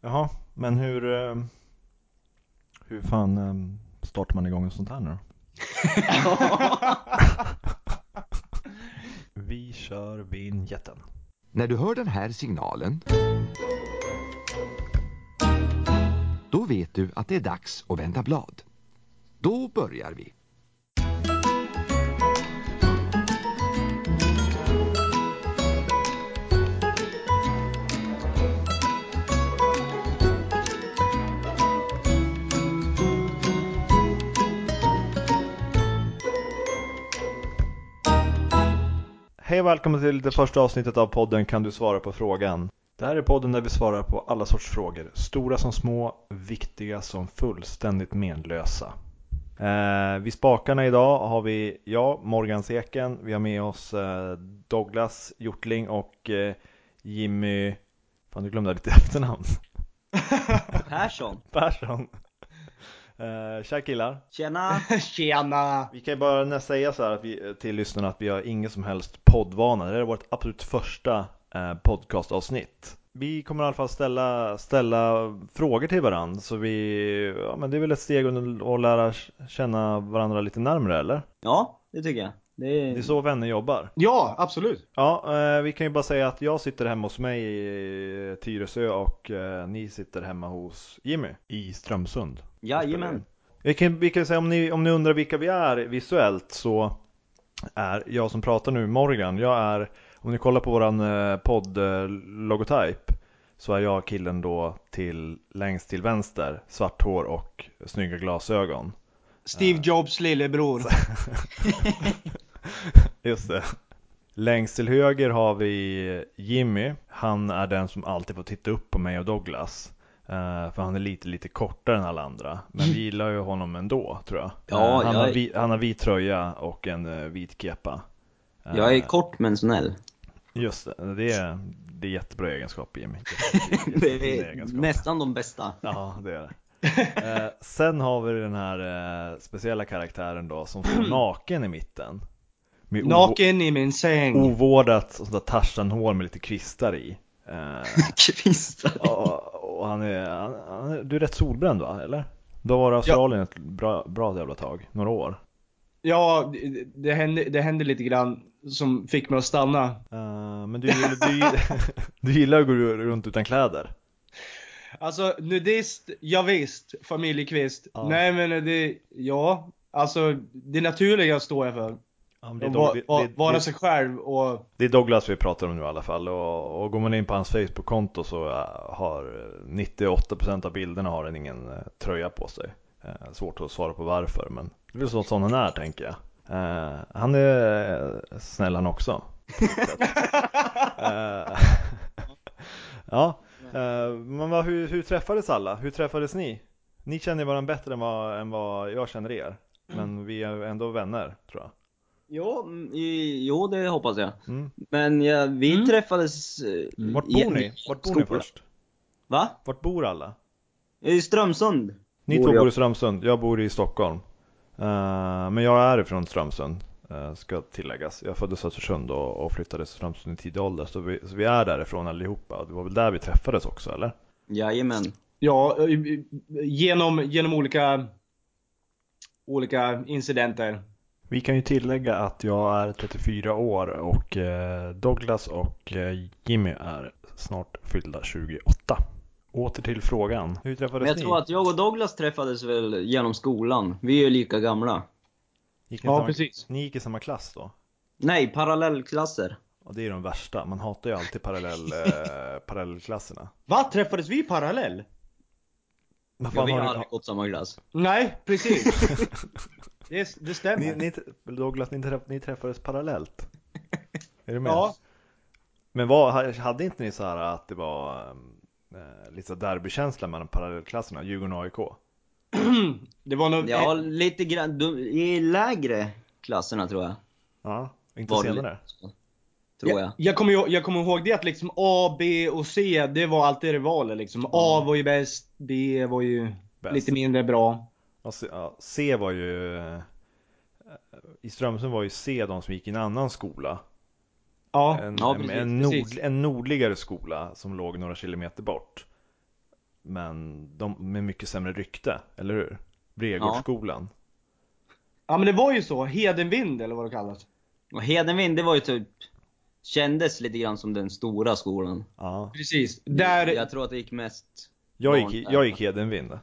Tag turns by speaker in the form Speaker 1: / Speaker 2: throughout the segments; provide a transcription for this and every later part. Speaker 1: Jaha, men hur, eh, hur fan eh, startar man igång ett sånt här nu då? Vi kör vinjetten.
Speaker 2: När du hör den här signalen då vet du att det är dags att vända blad. Då börjar vi.
Speaker 1: Hej och välkommen till det första avsnittet av podden Kan du svara på frågan? Det här är podden där vi svarar på alla sorts frågor, stora som små, viktiga som fullständigt menlösa. Eh, vid spakarna idag har vi jag, Morgan Seken, vi har med oss eh, Douglas Hjortling och eh, Jimmy, fan du glömde ditt efternamn,
Speaker 3: Persson.
Speaker 1: Persson. Eh, tja killar!
Speaker 3: Tjena.
Speaker 4: Tjena!
Speaker 1: Vi kan ju bara nä- säga så här att vi, till lyssnarna att vi har ingen som helst poddvana. Det här är vårt absolut första eh, podcastavsnitt. Vi kommer i alla fall ställa, ställa frågor till varandra. Så vi, ja, men det är väl ett steg under- att lära känna varandra lite närmare eller?
Speaker 3: Ja, det tycker jag. Det är...
Speaker 1: Det är så vänner jobbar.
Speaker 4: Ja, absolut!
Speaker 1: Ja, eh, vi kan ju bara säga att jag sitter hemma hos mig i Tyresö och eh, ni sitter hemma hos Jimmy i Strömsund.
Speaker 3: Jajamän.
Speaker 1: Vi kan, vi kan säga om ni, om ni undrar vilka vi är visuellt så är jag som pratar nu Morgan. Jag är, om ni kollar på våran eh, podd eh, logotyp så är jag killen då till längst till vänster, svart hår och snygga glasögon.
Speaker 4: Steve Jobs lillebror.
Speaker 1: Just det. Längst till höger har vi Jimmy. Han är den som alltid får titta upp på mig och Douglas. Eh, För han är lite, lite kortare än alla andra. Men vi gillar ju honom ändå tror jag.
Speaker 3: Ja,
Speaker 1: Eh, han,
Speaker 3: jag-
Speaker 1: har vi, han har vit tröja och en eh, vit kepa. Eh,
Speaker 3: Jag är kort men snäll.
Speaker 1: Just det, det är, det är jättebra egenskap Jimmy.
Speaker 3: Det
Speaker 1: Jättefina
Speaker 3: är
Speaker 1: egenskaper.
Speaker 3: nästan de bästa.
Speaker 1: Ja, det är det. Eh, sen har vi den här eh, speciella karaktären då som står naken i mitten. Med ovo-
Speaker 4: Naken i min
Speaker 3: Mm.
Speaker 4: säng.
Speaker 3: Oh,
Speaker 1: ovårdat sånt där tarsanhår med lite kvistar i. Eh,
Speaker 3: Kvistar.
Speaker 1: och, och han är, han, han är, du är rätt solbränd va, eller? Du har varit i Australien ett bra, bra jävla tag, några år.
Speaker 4: Ja, det- det hände, det hände lite grann som fick mig att stanna.
Speaker 1: Eh, men du, gillar- du, gillar- du gillar att gå runt utan kläder?
Speaker 4: Alltså, nudist, ja, visst. Familjekvist.
Speaker 1: Ja.
Speaker 4: Nej men det, ja. Alltså, det naturliga står jag för.
Speaker 1: Ja, men det, är
Speaker 4: Att
Speaker 1: Doug-
Speaker 4: va-
Speaker 1: det,
Speaker 4: va-
Speaker 1: det,
Speaker 4: vara
Speaker 1: det,
Speaker 4: sig själv och...
Speaker 1: det är Douglas vi pratar om nu i alla fall och, och går man in på hans Facebook-konto så eh, har 98% av bilderna har den ingen eh, tröja på sig. Eh, svårt att svara på varför men det är väl så sån han är tänker jag. Eh, han är eh, snäll han också. Eh, ja, eh, men vad, hur, hur träffades alla? Hur träffades ni? Ni känner ju varandra bättre än vad, än vad jag känner er. Men vi är ändå vänner tror jag.
Speaker 3: Jo, mm, i- jo, det hoppas jag.
Speaker 1: Mm.
Speaker 3: Men ja, vi
Speaker 4: Mm.
Speaker 3: träffades... eh,
Speaker 1: Vart
Speaker 3: i-
Speaker 1: bor ni? Vart bor ni
Speaker 3: skola.
Speaker 1: först?
Speaker 3: Va?
Speaker 1: Vart bor alla?
Speaker 3: I Strömsund.
Speaker 1: Ni
Speaker 3: Bor
Speaker 1: två
Speaker 3: jag-
Speaker 1: bor i Strömsund, jag bor i Stockholm. Eh, men jag är ifrån Strömsund, eh, ska tilläggas. Jag föddes i Östersund och, och flyttade till Strömsund i tidig ålder. Så vi, så vi är därifrån allihopa. Och Det var väl där vi träffades också eller?
Speaker 3: Jajamän.
Speaker 4: Ja, eh, genom, genom olika... Olika incidenter.
Speaker 1: Vi kan ju tillägga att jag är 34 år och eh, Douglas och eh, Jimmy är snart fyllda 28. Åter till frågan. Hur
Speaker 3: Men
Speaker 1: träffades
Speaker 3: jag
Speaker 1: ni?
Speaker 3: tror att jag och Douglas träffades väl genom skolan. Vi är ju lika gamla.
Speaker 1: Gick ni, i
Speaker 4: Ja,
Speaker 1: samma...
Speaker 4: precis.
Speaker 1: ni gick i samma klass då?
Speaker 3: Nej, parallellklasser.
Speaker 1: Och det är ju de värsta, man hatar ju alltid parallell, eh, parallellklasserna.
Speaker 4: Va? Träffades vi parallell?
Speaker 1: Vad
Speaker 3: Ja,
Speaker 1: fan
Speaker 3: vi har
Speaker 1: har ni-
Speaker 3: aldrig gått samma klass.
Speaker 4: Nej, precis. det, det stämmer.
Speaker 1: Ni, ni, Douglas, ni, träff, ni träffades parallellt. Är du med?
Speaker 4: ja.
Speaker 1: Men vad, hade inte ni så här att det var eh, lite så här derbykänsla mellan parallellklasserna, Djurgården och AIK?
Speaker 4: Det var nog...
Speaker 3: Ja, lite grann. du- I lägre klasserna tror jag.
Speaker 1: Ja, inte
Speaker 3: Var det
Speaker 1: senare?
Speaker 3: lite så, Tror jag.
Speaker 4: Jag, jag, kommer ihåg, jag kommer ihåg det att liksom A, B och C, det var alltid rivaler liksom. A var ju bäst, B var ju
Speaker 1: Mm. Bäst.
Speaker 4: lite mindre bra.
Speaker 1: Och C, ja, C var ju... eh, I Strömsund var ju C de som gick i en annan skola.
Speaker 4: Ja.
Speaker 1: En,
Speaker 3: Ja,
Speaker 1: en,
Speaker 3: precis,
Speaker 1: en,
Speaker 4: precis.
Speaker 1: nord, en nordligare skola som låg några kilometer bort. men de med mycket sämre rykte, eller hur? Vregårdsskolan.
Speaker 4: Ja men det var ju så, Hedenvind eller vad det kallas.
Speaker 3: Och Hedenvind, det var ju typ... Kändes lite grann som den stora skolan.
Speaker 1: Ja.
Speaker 4: Precis. Där,
Speaker 3: Jag tror att det gick mest...
Speaker 1: Jag gick, jag gick Hedenvind.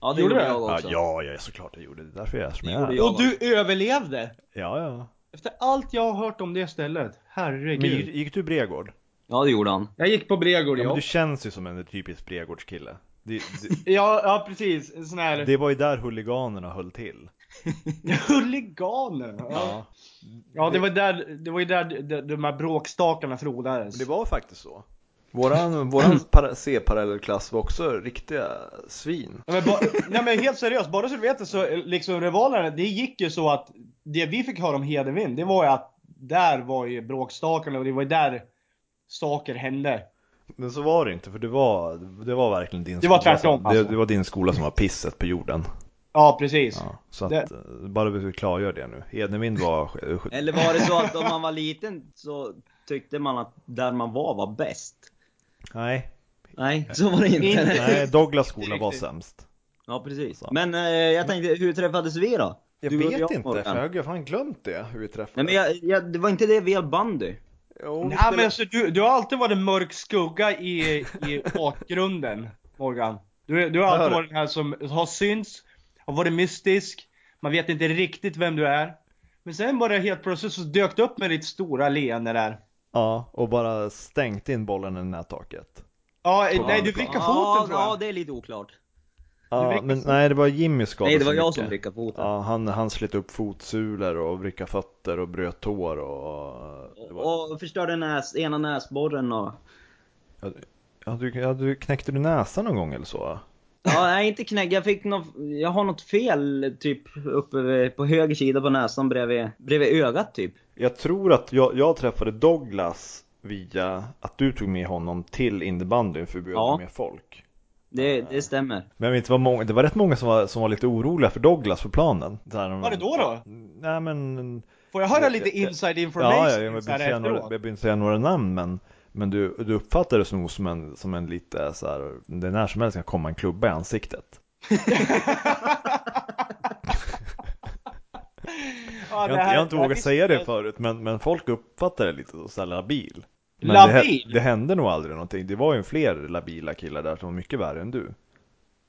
Speaker 3: Ja, det
Speaker 4: Gjorde
Speaker 3: gjorde,
Speaker 4: du?
Speaker 3: jag
Speaker 1: Ja,
Speaker 3: också.
Speaker 1: ja, ja, såklart jag gjorde det. därför jag är som
Speaker 3: Det
Speaker 1: jag
Speaker 3: gjorde
Speaker 1: är.
Speaker 3: jag.
Speaker 4: och du överlevde!
Speaker 1: Ja, ja.
Speaker 4: Efter allt jag har hört om det stället.
Speaker 1: Men
Speaker 4: Herregud.
Speaker 1: gick, gick du Bregård?
Speaker 3: Ja, det gjorde han.
Speaker 4: Jag gick på Bregård
Speaker 1: Ja, men
Speaker 4: ja.
Speaker 1: du känns ju som en typisk Bregårdskille. Det, det,
Speaker 4: Ja, ja precis. En sån här...
Speaker 1: det var ju där huliganerna höll till.
Speaker 4: Huliganer! Ja. ja, det var där, det var ju där de, de här bråkstakarna frodades.
Speaker 1: Men det var faktiskt så. Våran, våran para- C-parallellklass var också riktiga svin.
Speaker 4: Ja, Men bara, nej men helt seriöst, bara så du vet det så liksom rivalerna, det gick ju så att det vi fick höra om Hedenvind, det var ju att där var ju bråkstakarna och det var ju där saker hände.
Speaker 1: Men så var det inte, för det var, det var verkligen din
Speaker 4: Det var
Speaker 1: skola.
Speaker 4: tvärtom,
Speaker 1: som-
Speaker 4: alltså.
Speaker 1: det, det var din skola som var pisset på jorden.
Speaker 4: Ja precis.
Speaker 1: Ja, så att,
Speaker 4: Det-
Speaker 1: eh, bara vi klargör det nu. Hedenvind var... sk- sk-
Speaker 3: Eller var det så att om man var liten så tyckte man att där man var var bäst?
Speaker 1: Nej,
Speaker 3: Nej, så var det inte.
Speaker 1: nej Douglas skola var
Speaker 4: Riktigt.
Speaker 1: sämst.
Speaker 3: Ja, precis.
Speaker 1: Så.
Speaker 3: Men eh, jag tänkte, hur träffades vi då?
Speaker 1: Jag
Speaker 3: Du och
Speaker 1: vet
Speaker 3: jag,
Speaker 1: inte,
Speaker 3: Morgan.
Speaker 1: för jag har ju fan glömt det, hur vi
Speaker 3: Nej
Speaker 1: träffades.
Speaker 3: men jag, jag, det var inte det via bandy.
Speaker 1: Jo, vi
Speaker 4: Nej
Speaker 1: spelade-
Speaker 4: men alltså du, du har alltid varit en mörk skugga i, i bakgrunden Morgan. Du, du har
Speaker 1: Jag hör
Speaker 4: alltid
Speaker 1: det.
Speaker 4: varit den här som har synts, har varit mystisk, man vet inte riktigt vem du är. Men sen bara helt plötsligt så dök du upp med ditt stora leende där.
Speaker 1: Ja, och bara stängt in bollen i nättaket.
Speaker 4: Ja, eh,
Speaker 1: Ja,
Speaker 4: nej du
Speaker 1: det-
Speaker 4: vrickade
Speaker 3: ja,
Speaker 4: foten tror
Speaker 3: Ja,
Speaker 4: jag.
Speaker 3: det är lite oklart.
Speaker 1: Ja,
Speaker 4: vrickade
Speaker 1: men nej, det var Jimmy skadade
Speaker 3: Nej, det
Speaker 1: så
Speaker 3: var jag
Speaker 1: mycket.
Speaker 3: som vrickade foten.
Speaker 1: Ja, han, han slet upp fotsulor och vrickade fötter och bröt tår och... Det var...
Speaker 3: Och förstörde näs, ena näsborren och...
Speaker 1: ja, du, ja, du knäckte du näsan någon gång eller så?
Speaker 3: Ja, nej inte knägg. Jag fick något, jag har något fel typ uppe vid- på höger sida på näsan bredvid, bredvid ögat typ.
Speaker 1: Jag tror att jag, jag träffade Douglas via att du tog med honom till innebandyn för att bjuda
Speaker 3: Ja.
Speaker 1: med folk.
Speaker 3: Det, det stämmer.
Speaker 1: Men jag vet inte, vad många, det var rätt många som var, som var lite oroliga för Douglas på planen.
Speaker 4: Var det då då?
Speaker 1: Nej men
Speaker 4: Får jag höra lite inside information
Speaker 1: Ja, ja, jag behöver
Speaker 4: så här
Speaker 1: inte säga några, jag
Speaker 4: efteråt?
Speaker 1: behöver inte säga några namn men, men du, du uppfattar det nog som en, som en lite så här, det när som helst kan komma en klubba i ansiktet.
Speaker 4: Ja,
Speaker 1: Jag,
Speaker 4: det
Speaker 1: har inte-
Speaker 4: här-
Speaker 1: jag har inte
Speaker 4: det här
Speaker 1: vågat
Speaker 4: visste
Speaker 1: säga det
Speaker 4: jag.
Speaker 1: förut men, men folk uppfattar det lite så här labil. Men
Speaker 4: Labil?
Speaker 1: Det, hä- det hände nog aldrig någonting. Det var ju fler labila killar där som var mycket värre än du.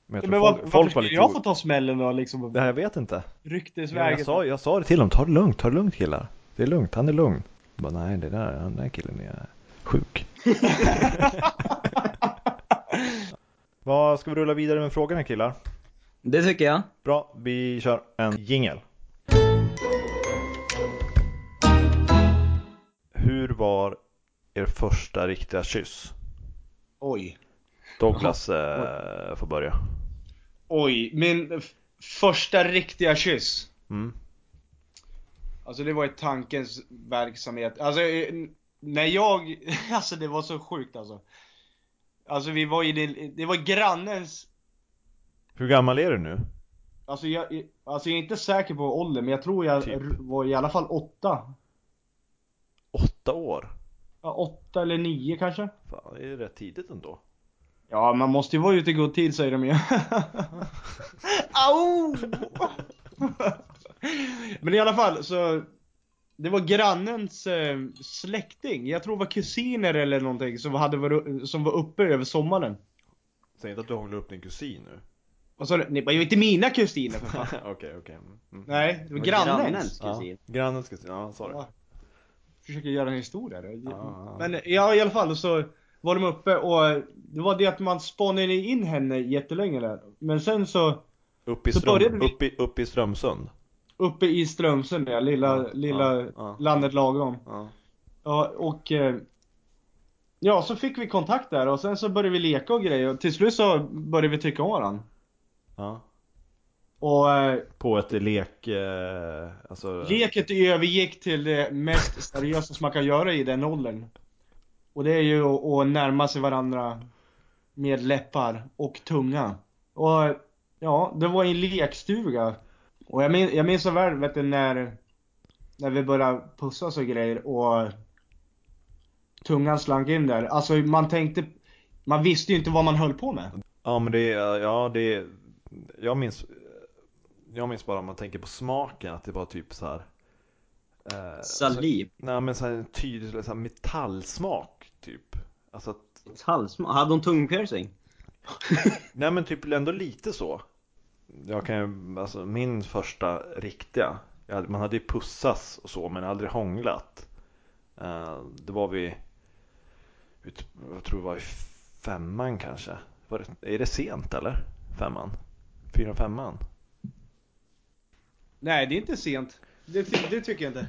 Speaker 1: Men jag tror
Speaker 4: Men var,
Speaker 1: folk,
Speaker 4: varför
Speaker 1: folk var
Speaker 4: skulle
Speaker 1: lite
Speaker 4: jag
Speaker 1: o-
Speaker 4: få ta smällen då liksom?
Speaker 1: Det här, jag vet inte. Jag,
Speaker 4: Ryktesvägen?
Speaker 1: jag, sa, jag sa det till dem, ta det lugnt, ta det lugnt killar. Det är lugnt, han är lugn. Jag Bara, nej, det där, den där killen är sjuk. Vad ska vi rulla vidare med frågorna killar?
Speaker 3: Det tycker jag.
Speaker 1: Bra, vi kör en jingel. Hur var er första riktiga kyss?
Speaker 4: Oj.
Speaker 1: Douglas eh, får börja.
Speaker 4: Oj, min f- första riktiga kyss.
Speaker 1: Mm.
Speaker 4: Alltså det var ju tankens verksamhet. Alltså eh, n- när jag, alltså det var så sjukt alltså. Alltså vi var i det, det var grannens,
Speaker 1: Hur gammal är du nu?
Speaker 4: alltså jag, alltså jag är inte säker på åldern men jag tror jag
Speaker 1: Typ.
Speaker 4: r- var i alla fall åtta.
Speaker 1: Åtta år?
Speaker 4: Ja, åtta eller nio kanske.
Speaker 1: Fan, det är ju rätt tidigt ändå.
Speaker 4: Ja, man måste ju vara ute i god tid säger de ju. Au! Men i alla fall så. Det var grannens eh, släkting, jag tror det var kusiner eller någonting som, hade varit, som var uppe över sommaren.
Speaker 1: Säg inte att du hånglar upp din kusin nu.
Speaker 4: Vad sa du? Nej, det var inte mina kusiner för fan.
Speaker 1: Okej, okej. Mm. Mm.
Speaker 4: Nej, det var
Speaker 1: var
Speaker 4: grannens.
Speaker 3: kusin.
Speaker 1: Ja, grannens kusin, ja sorry.
Speaker 4: Ja. Försöker göra en historia där.
Speaker 1: ja.
Speaker 4: Men ja, i alla fall så var de uppe och det var det att man spanade in henne jättelänge där. Men sen så
Speaker 1: Upp, i
Speaker 4: Så
Speaker 1: Ström,
Speaker 4: började vi-
Speaker 1: upp, i, upp i Strömsund.
Speaker 4: Uppe i Strömsund där, lilla,
Speaker 1: Ja,
Speaker 4: lilla
Speaker 1: ja, ja.
Speaker 4: landet lagom.
Speaker 1: Ja.
Speaker 4: Ja, och... eh, Ja, så fick vi kontakt där och sen så började vi leka och grejer och till slut så började vi tycka om varandra. Och eh,
Speaker 1: På ett lek... Eh, alltså,
Speaker 4: leket övergick till det mest seriösa som man kan göra i den åldern. Och det är ju att, att närma sig varandra med läppar och tunga. Och eh, ja, det var i en lekstuga. Och jag minns, jag minns så väl vet du, när, när vi började pussas och grejer och tungan slank in där. Alltså man tänkte, man visste ju inte vad man höll på med.
Speaker 1: Ja men det är, ja det är, jag minns, jag minns bara om man tänker på smaken att det var typ så här. eh, så-
Speaker 3: Saliv.
Speaker 1: Nej men så här en tydlig så här metallsmak typ. Alltså att,
Speaker 3: Halsma. Hade hon tungpiercing?
Speaker 1: nej men typ ändå lite så. Jag kan ju, alltså min första riktiga, jag hade, man hade ju pussats och så men aldrig hånglat. Eh, det var vi, ut, jag tror det var i femman kanske. Var det, är det sent eller? Femman? Fyra, femman?
Speaker 4: Nej, det är inte sent. Det, ty- det tycker jag inte.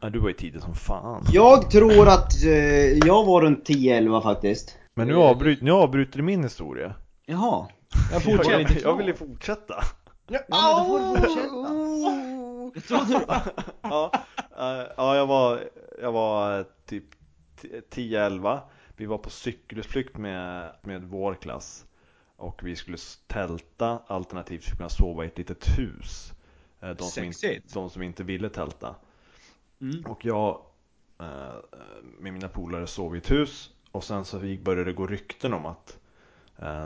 Speaker 1: Ja, du var ju tidig som fan.
Speaker 3: Jag tror att eh, jag var runt 10-11 faktiskt.
Speaker 1: Men nu avbryter, nu avbryter du min historia.
Speaker 3: Jaha.
Speaker 4: Jag fortsätter.
Speaker 1: Jag, jag vill ju fortsätta.
Speaker 3: Ja, men då får du fortsätta.
Speaker 1: ja, eh, ja, jag var, jag var eh, typ t- 10-11. Vi var på cykelutflykt med, med vår klass. Och vi skulle s- tälta alternativt skulle kunna sova i ett litet hus. Eh, De som, inte,
Speaker 4: Sexigt.
Speaker 1: de som inte ville tälta.
Speaker 4: Mm.
Speaker 1: Och jag eh, med mina polare sov i ett hus. Och sen så vi- började det gå rykten om att eh,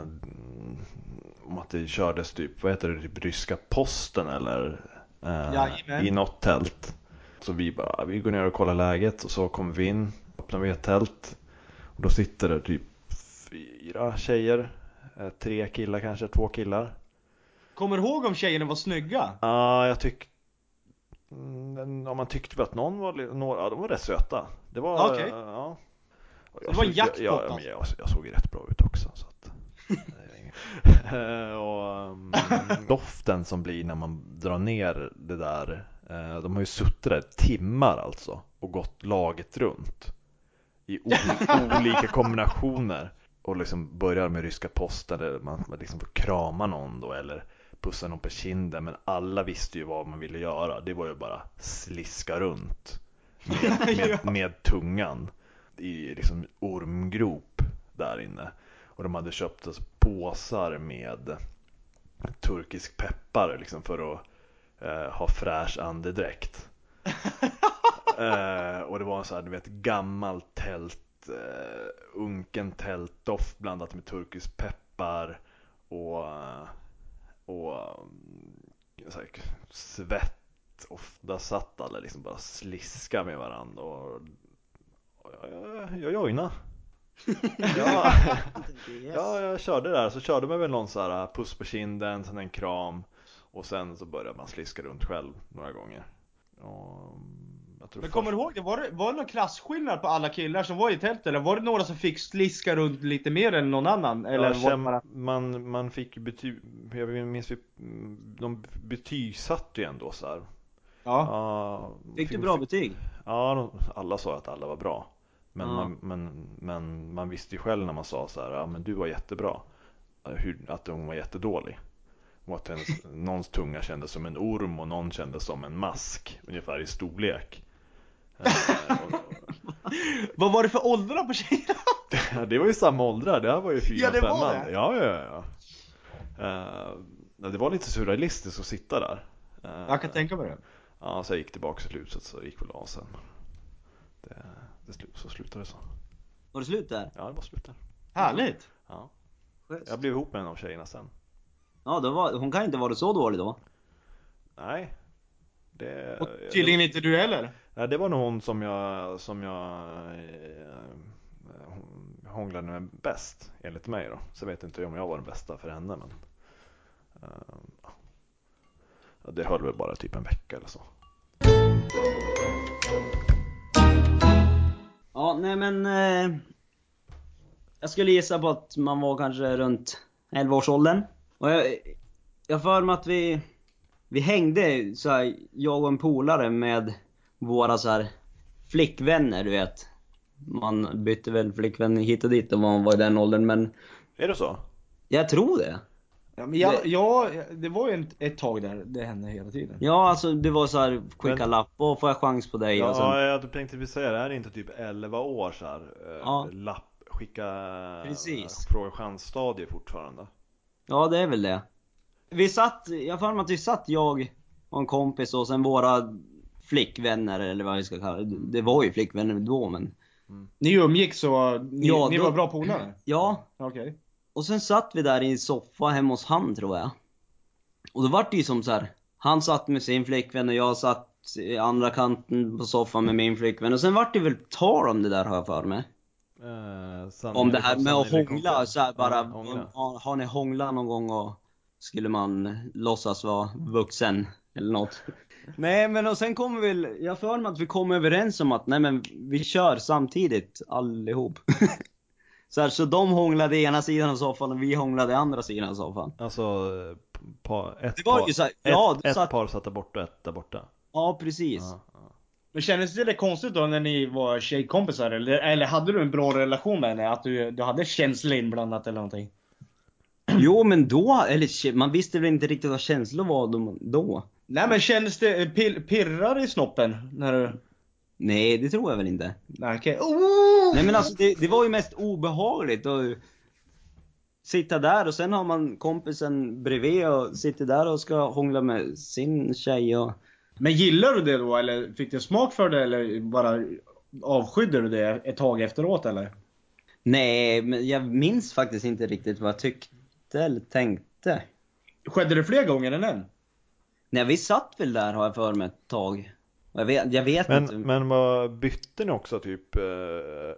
Speaker 1: om att det kördes typ, vad heter det, typ ryska posten eller eh,
Speaker 4: Jajamän.
Speaker 1: i något tält. Så vi bara, "Ah, vi går ner och kollar läget och så kommer vi in, öppnar vi ett tält och då sitter det typ fyra tjejer, eh, tre killar kanske, två killar.
Speaker 4: Kommer du ihåg om tjejerna var snygga?
Speaker 1: Ja, jag tyckte Ja, man tyckte väl att någon var, li- några, ja, de var rätt söta. Det var,
Speaker 4: Okej.
Speaker 1: eh, ja. Och
Speaker 4: det var en
Speaker 1: såg- jag-
Speaker 4: jackpot
Speaker 1: jag,
Speaker 4: alltså.
Speaker 1: men jag, jag såg ju rätt bra ut också. Så att, Eh, och um, doften som blir när man drar ner det där. eh, De har ju suttit där timmar alltså och gått laget runt. I o- olika kombinationer. Och liksom börjar med ryska posten där man man liksom får krama någon då eller pussa någon på kinden. Men alla visste ju vad man ville göra. Det var ju bara sliska runt. Med, med, med tungan. I liksom ormgrop där inne. Och de hade köpt oss påsar med turkisk peppar liksom för att eh, ha fräsch andedräkt. eh, och det var en sån här, du vet, gammal tält, eh, unken tältdoft blandat med turkisk peppar och, och mm, så här, svett. Och där satt alla liksom bara sliska med varandra och, och jag, jag joinade. Ja. Ja, jag körde där. Så körde man väl någon så här uh, puss på kinden, sen en kram och sen så började man sliska runt själv några gånger. Och jag tror
Speaker 4: Men kommer
Speaker 1: först-
Speaker 4: du ihåg det? Var, det? var det någon klasskillnad på alla killar som var i tältet? Eller var det några som fick sliska runt lite mer än någon annan? Eller
Speaker 1: ja,
Speaker 4: var det
Speaker 1: käm-
Speaker 4: bara...
Speaker 1: man, man fick ju betyg, jag minns vi, de betygsatte ju ändå så här.
Speaker 4: Ja.
Speaker 1: Ja,
Speaker 3: Fick du bra betyg?
Speaker 1: Ja, de, alla sa att alla var bra. Men,
Speaker 3: Ja.
Speaker 1: man, men, men man visste ju själv när man sa så här, ja men du var jättebra. eh, Hur, att hon var jättedålig. Och att hennes, någons tunga kändes som en orm och någon kändes som en mask. Ungefär i storlek. Eh, och-
Speaker 4: Vad var det för åldrar på tjejerna?
Speaker 1: Ja, det var ju samma åldrar, det här var ju fyra,
Speaker 4: Ja, det var
Speaker 1: femman.
Speaker 4: det.
Speaker 1: Ja, ja, ja. Eh, ja, det var lite surrealistiskt att sitta där. Eh,
Speaker 4: Jag kan tänka mig det.
Speaker 1: Ja, så jag gick tillbaka till huset så gick vi och la oss sen. Det, det slu- så slutade det så.
Speaker 3: Var det slut där?
Speaker 1: Ja, det var slut där.
Speaker 4: Härligt!
Speaker 1: Ja. Jag blev ihop med en av tjejerna sen.
Speaker 3: Ja, det var, hon kan inte vara så dålig då.
Speaker 1: Nej. Det,
Speaker 4: Och tydligen inte du heller.
Speaker 1: nej, det var nog hon som jag, som jag eh, hon- hånglade med bäst, enligt mig då. Så vet inte om jag var den bästa för henne, men. eh, ja. det höll väl bara typ en vecka eller så.
Speaker 3: Ja, nej men... Eh, jag skulle gissa på att man var kanske runt 11-årsåldern. Och jag jag har för mig att vi, vi hängde, så här, jag och en polare med våra så här, flickvänner, du vet. Man bytte väl flickvän hit och dit om man var i den åldern, men
Speaker 1: Är det så?
Speaker 3: jag tror det.
Speaker 4: Ja, men jag, jag, det var ju ett, ett tag där det hände hela tiden.
Speaker 3: Ja, alltså det var så här, skicka
Speaker 1: Men-
Speaker 3: lapp och får jag chans på dig? och sen,
Speaker 1: Ja, jag tänkte precis säga det. Här är inte typ 11 år så här. eh,
Speaker 3: Ja.
Speaker 1: Lapp, skicka,
Speaker 3: Precis.
Speaker 1: fråga chansstadie fortfarande.
Speaker 3: Ja, det är väl det. Vi satt, jag har för mig att vi satt jag och en kompis och sen våra flickvänner eller vad vi ska kalla det. Det var ju flickvänner då men.
Speaker 4: Ni umgicks så ni,
Speaker 3: Ja,
Speaker 4: ni
Speaker 3: då-
Speaker 4: var bra polare?
Speaker 3: Ja,
Speaker 4: Okej.
Speaker 3: Och sen satt vi där i en soffa hemma hos han tror jag. Och då vart det ju som så här. Han satt med sin flickvän och jag satt i andra kanten på soffan med min flickvän. Och sen vart det väl tal om det där har jag för mig.
Speaker 1: Eh, Sanne-
Speaker 3: Om det här med att
Speaker 1: Sanne-
Speaker 3: hångla så här bara.
Speaker 1: Ja, hångla.
Speaker 3: har, har ni hånglat någon gång och skulle man låtsas vara vuxen eller något? Nej men och sen kommer väl, jag har för mig att vi kom överens om att nej men vi kör samtidigt allihop. så, här, så de hånglade i ena sidan av soffan och vi hånglade i andra sidan av soffan.
Speaker 1: Alltså, eh, pa, ett,
Speaker 3: Det var
Speaker 1: par,
Speaker 3: ju så här, ja,
Speaker 1: ett,
Speaker 3: det
Speaker 1: ett
Speaker 3: satt-
Speaker 1: par satt där borta och ett där borta.
Speaker 3: Ja precis.
Speaker 1: Ja.
Speaker 4: Men kändes det lite konstigt då när ni var tjejkompisar? Eller, eller hade du en bra relation med henne? Att du, du hade känslor inblandat eller någonting?
Speaker 3: Jo men då, eller shit, man visste väl inte riktigt vad känslor var då- då?
Speaker 4: Nej men kändes det, pir, pirrar i snoppen? När du...
Speaker 3: Nej det tror jag väl inte.
Speaker 4: Nej okej. Oh!
Speaker 3: Nej men alltså det, det var ju mest obehagligt att sitta där och sen har man kompisen bredvid och sitter där och ska hångla med sin tjej och...
Speaker 4: Men gillar du det då eller fick du smak för det eller bara avskydde du det ett tag efteråt eller?
Speaker 3: Nej, men jag minns faktiskt inte riktigt vad jag tyckte eller tänkte.
Speaker 4: Skedde det fler gånger än en?
Speaker 3: Nej, vi satt väl där har jag för mig ett tag. Och Jag vet, jag vet inte.
Speaker 1: Men, men vad bytte ni också typ? Eh,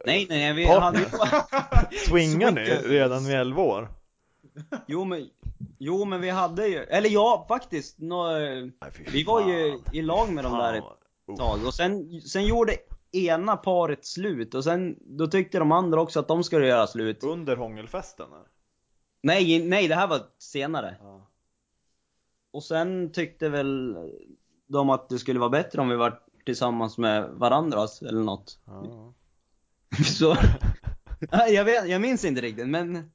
Speaker 3: Nej, nej, jag vet,
Speaker 1: Partner.
Speaker 3: hade,
Speaker 1: swingar ni redan vid 11 år?
Speaker 3: jo, men, jo men vi hade ju, eller ja faktiskt, nå,
Speaker 1: Nej, fy
Speaker 3: vi var ju
Speaker 1: fan.
Speaker 3: i lag med de där ett
Speaker 1: Fan.
Speaker 3: tag. Och sen, sen gjorde ena paret slut och sen då tyckte de andra också att de skulle göra slut.
Speaker 1: Under hångelfesten? eller?
Speaker 3: Nej, nej det här var senare.
Speaker 1: Ja.
Speaker 3: Och sen tyckte väl de att det skulle vara bättre om vi var tillsammans med varandras eller något.
Speaker 1: Ja.
Speaker 3: Så, Nej, jag, vet, jag minns inte riktigt men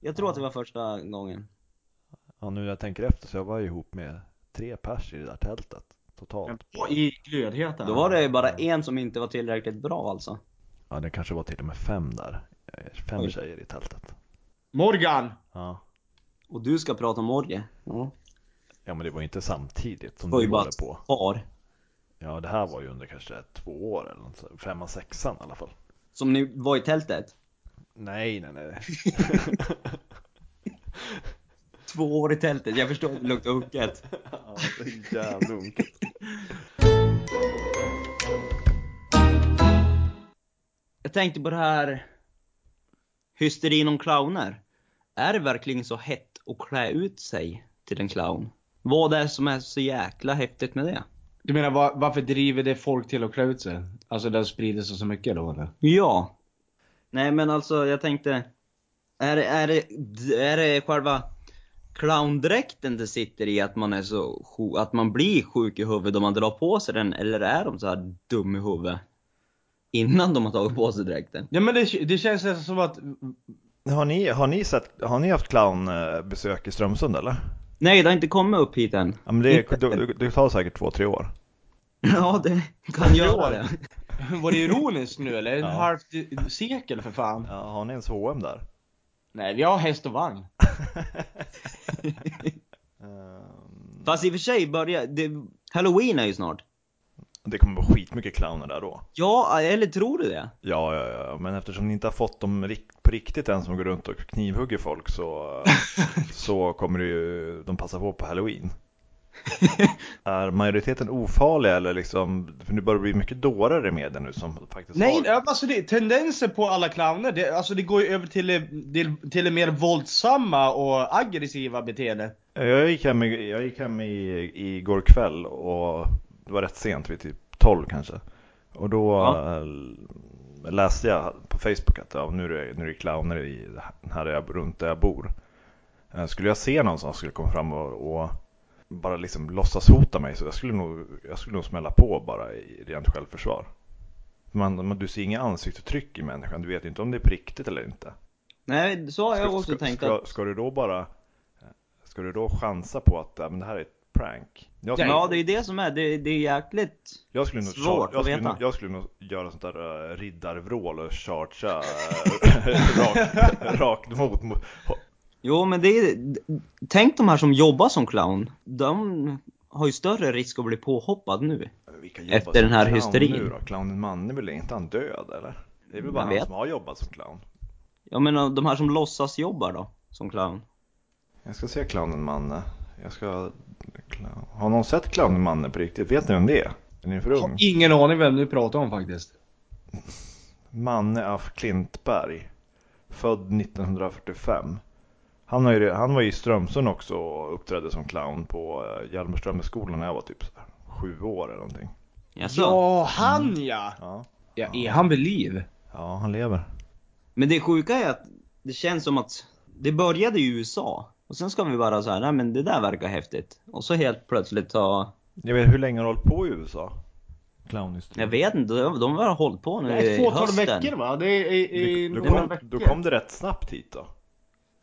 Speaker 3: jag tror att det var första gången.
Speaker 1: ja, nu när jag tänker efter så jag var ju ihop med tre pers i det där tältet. Totalt.
Speaker 4: I glödheten?
Speaker 3: Då var det ju bara en som inte var tillräckligt bra alltså.
Speaker 1: Ja, det kanske var till och med fem där. Eh, Fem
Speaker 3: Oj.
Speaker 1: tjejer i tältet.
Speaker 4: Morgan!
Speaker 1: Ja.
Speaker 3: Och du ska prata om orgie. Ja.
Speaker 1: ja, men det var ju inte samtidigt som
Speaker 3: Det var
Speaker 1: du
Speaker 3: ju bara
Speaker 1: håller
Speaker 3: ett
Speaker 1: på.
Speaker 3: par.
Speaker 1: Ja, det här var ju under kanske två år eller något, så- femman, sexan i alla fall.
Speaker 3: Som ni var i tältet.
Speaker 1: Nej, nej, nej.
Speaker 3: Två år i tältet, jag förstår att det luktar unket.
Speaker 1: ja, det är jävla unket.
Speaker 3: Jag tänkte på det här hysterin om clowner. Är det verkligen så hett att klä ut sig till en clown? Vad är det som är så jäkla häftigt med det?
Speaker 4: Du menar va- varför driver det folk till att klä ut sig? Alltså det sprider sig så mycket då eller?
Speaker 3: Ja. Nej men alltså jag tänkte, är det, är det, är det själva clowndräkten det sitter i att man är så sjuk- att man blir sjuk i huvudet om man drar på sig den eller är de så här dum i huvudet? Innan de har tagit på sig dräkten?
Speaker 4: Ja men det, det känns nästan som att...
Speaker 1: Har ni, har ni, sett, har ni haft clownbesök i Strömsund eller?
Speaker 3: Nej, det har inte kommit upp hit än.
Speaker 1: Ja, men det, det, det tar säkert två, tre år.
Speaker 3: Ja, det kan göra
Speaker 4: år.
Speaker 3: det.
Speaker 4: Var det ironiskt nu eller? En
Speaker 1: Ja.
Speaker 4: halvt sekel för fan.
Speaker 1: Ja, har ni ens H&M där?
Speaker 4: Nej vi har häst och vagn.
Speaker 1: Ehm,
Speaker 3: Fast i och för sig börjar, det, halloween är ju snart.
Speaker 1: Det kommer vara skitmycket clowner där då.
Speaker 3: Ja, eller tror du det?
Speaker 1: Ja, ja, ja, men eftersom ni inte har fått dem rikt- på riktigt än som går runt och knivhugger folk så, så kommer det ju, de passa på på halloween. är majoriteten ofarliga eller liksom, för nu börjar det bli mycket dårar i media nu som faktiskt
Speaker 4: Nej,
Speaker 1: har...
Speaker 4: ja, alltså det, tendenser på alla clowner, det, alltså det går ju över till, det- till, till det mer våldsamma och aggressiva beteende.
Speaker 1: Jag gick hem, i, jag gick hem i, igår kväll och det var rätt sent, vid typ 12 kanske. Och då
Speaker 4: Ja.
Speaker 1: eh, läste jag på Facebook att ja, nu, är det, nu är det clowner i, här är jag, runt där jag bor. Eh, Skulle jag se någon som skulle komma fram och, och bara liksom låtsas hota mig så jag skulle nog, jag skulle nog smälla på bara i rent självförsvar. Man, man, du ser inga ansiktsuttryck i människan, du vet ju inte om det är på riktigt eller inte.
Speaker 3: Nej, så har jag
Speaker 1: Ska-
Speaker 3: också
Speaker 1: ska,
Speaker 3: tänkt
Speaker 1: ska,
Speaker 3: att...
Speaker 1: ska du då bara Ska du då chansa på att ja, men det här är ett prank? Jag skulle,
Speaker 3: Ja, det är ju det som är, det, det är jäkligt...
Speaker 1: jag skulle nog,
Speaker 3: svårt
Speaker 1: jag
Speaker 3: att
Speaker 1: skulle,
Speaker 3: veta.
Speaker 1: nog, jag skulle nog göra sånt där uh, riddarvrål och chargea eh, rakt, rakt mot, mot
Speaker 3: Jo, men det är Tänk de här som jobbar som clown. De har ju större risk att bli påhoppad nu.
Speaker 1: Vilka
Speaker 3: Efter
Speaker 1: jobbar som
Speaker 3: den här
Speaker 1: clown
Speaker 3: hysterin.
Speaker 1: Nu då? Clownen Manne, är väl inte han död eller? Det är väl bara
Speaker 3: Jag
Speaker 1: han
Speaker 3: vet.
Speaker 1: som har jobbat som clown
Speaker 3: Jag menar de här som låtsas jobbar då, som clown.
Speaker 1: Jag ska se clownen Manne. Jag ska... clown- Har någon sett clownen Manne på riktigt? Vet ni vem det är? Är ni för
Speaker 4: Har
Speaker 1: ung?
Speaker 4: ingen aning vem du pratar om faktiskt.
Speaker 1: Manne af Klintberg. Född 1945. Han, har ju, re- han var ju i Strömsund också och uppträdde som clown på eh, Hjalmarströmmeskolan när jag var typ så här sju år eller någonting.
Speaker 3: Jaså?
Speaker 4: Ja, han ja!
Speaker 1: Ja,
Speaker 4: ja är han vid liv?
Speaker 1: ja han lever.
Speaker 3: Men det sjuka är att det känns som att det började i USA. Och sen ska vi bara så här, nej men det där verkar häftigt. Och så helt plötsligt ta,
Speaker 1: Jag vet hur länge har du hållit på i USA? Clownindustrin.
Speaker 3: jag vet inte, de de har hållit på nu
Speaker 4: Det är
Speaker 3: i
Speaker 4: ett fåtal
Speaker 3: hösten.
Speaker 4: veckor va? Det är i, i
Speaker 1: Du, du,
Speaker 4: några
Speaker 1: kom,
Speaker 4: veckor.
Speaker 1: du kom det rätt snabbt hit då?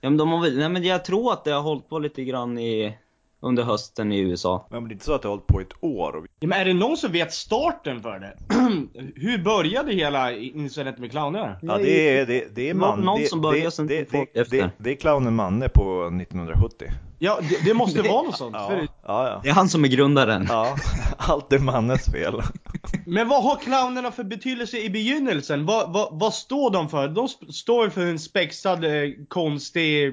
Speaker 3: Ja, men de har väl, nej men jag tror att det har hållit på lite grann i, under hösten i USA.
Speaker 1: Men det är inte så att du har hållit på i ett år? Och...
Speaker 4: Ja, men är det någon som vet starten för det? Hur började hela incidenten med clowner?
Speaker 1: Ja, det är, det, det är
Speaker 3: Nå-
Speaker 1: man.
Speaker 3: någon
Speaker 1: det,
Speaker 3: som börjar
Speaker 1: det,
Speaker 3: sen
Speaker 1: det,
Speaker 3: folk
Speaker 1: det,
Speaker 3: efter.
Speaker 1: det, det är clownen Manne på 1970.
Speaker 4: Ja, det, det måste vara något sånt.
Speaker 1: Ja,
Speaker 4: För,
Speaker 1: ja, ja.
Speaker 3: Det är han som är grundaren.
Speaker 1: ja. Allt är Mannes fel.
Speaker 4: men vad har clownerna för betydelse i begynnelsen? Vad, vad, vad står de för? De sp- står ju för en spexad, eh, konstig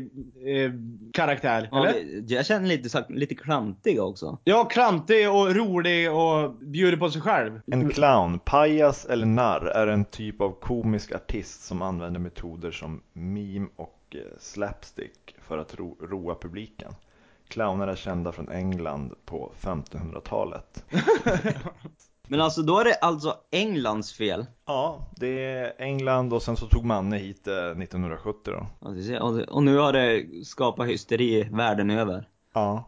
Speaker 4: eh, karaktär,
Speaker 3: Ja,
Speaker 4: eller?
Speaker 3: det- jag känner lite, sagt, lite klantiga också.
Speaker 4: Ja, klantig och rolig och bjuder på sig själv.
Speaker 1: En clown, pajas eller narr är en typ av komisk artist som använder metoder som meme och eh, slapstick för att ro, roa publiken. Clowner är kända från England på 1500-talet.
Speaker 3: Men alltså då är det alltså Englands fel.
Speaker 1: Ja, det är England och sen så tog Manne hit eh, 1970 då.
Speaker 3: Ja, du ser. Och och nu har det skapat hysteri världen över.
Speaker 1: Ja.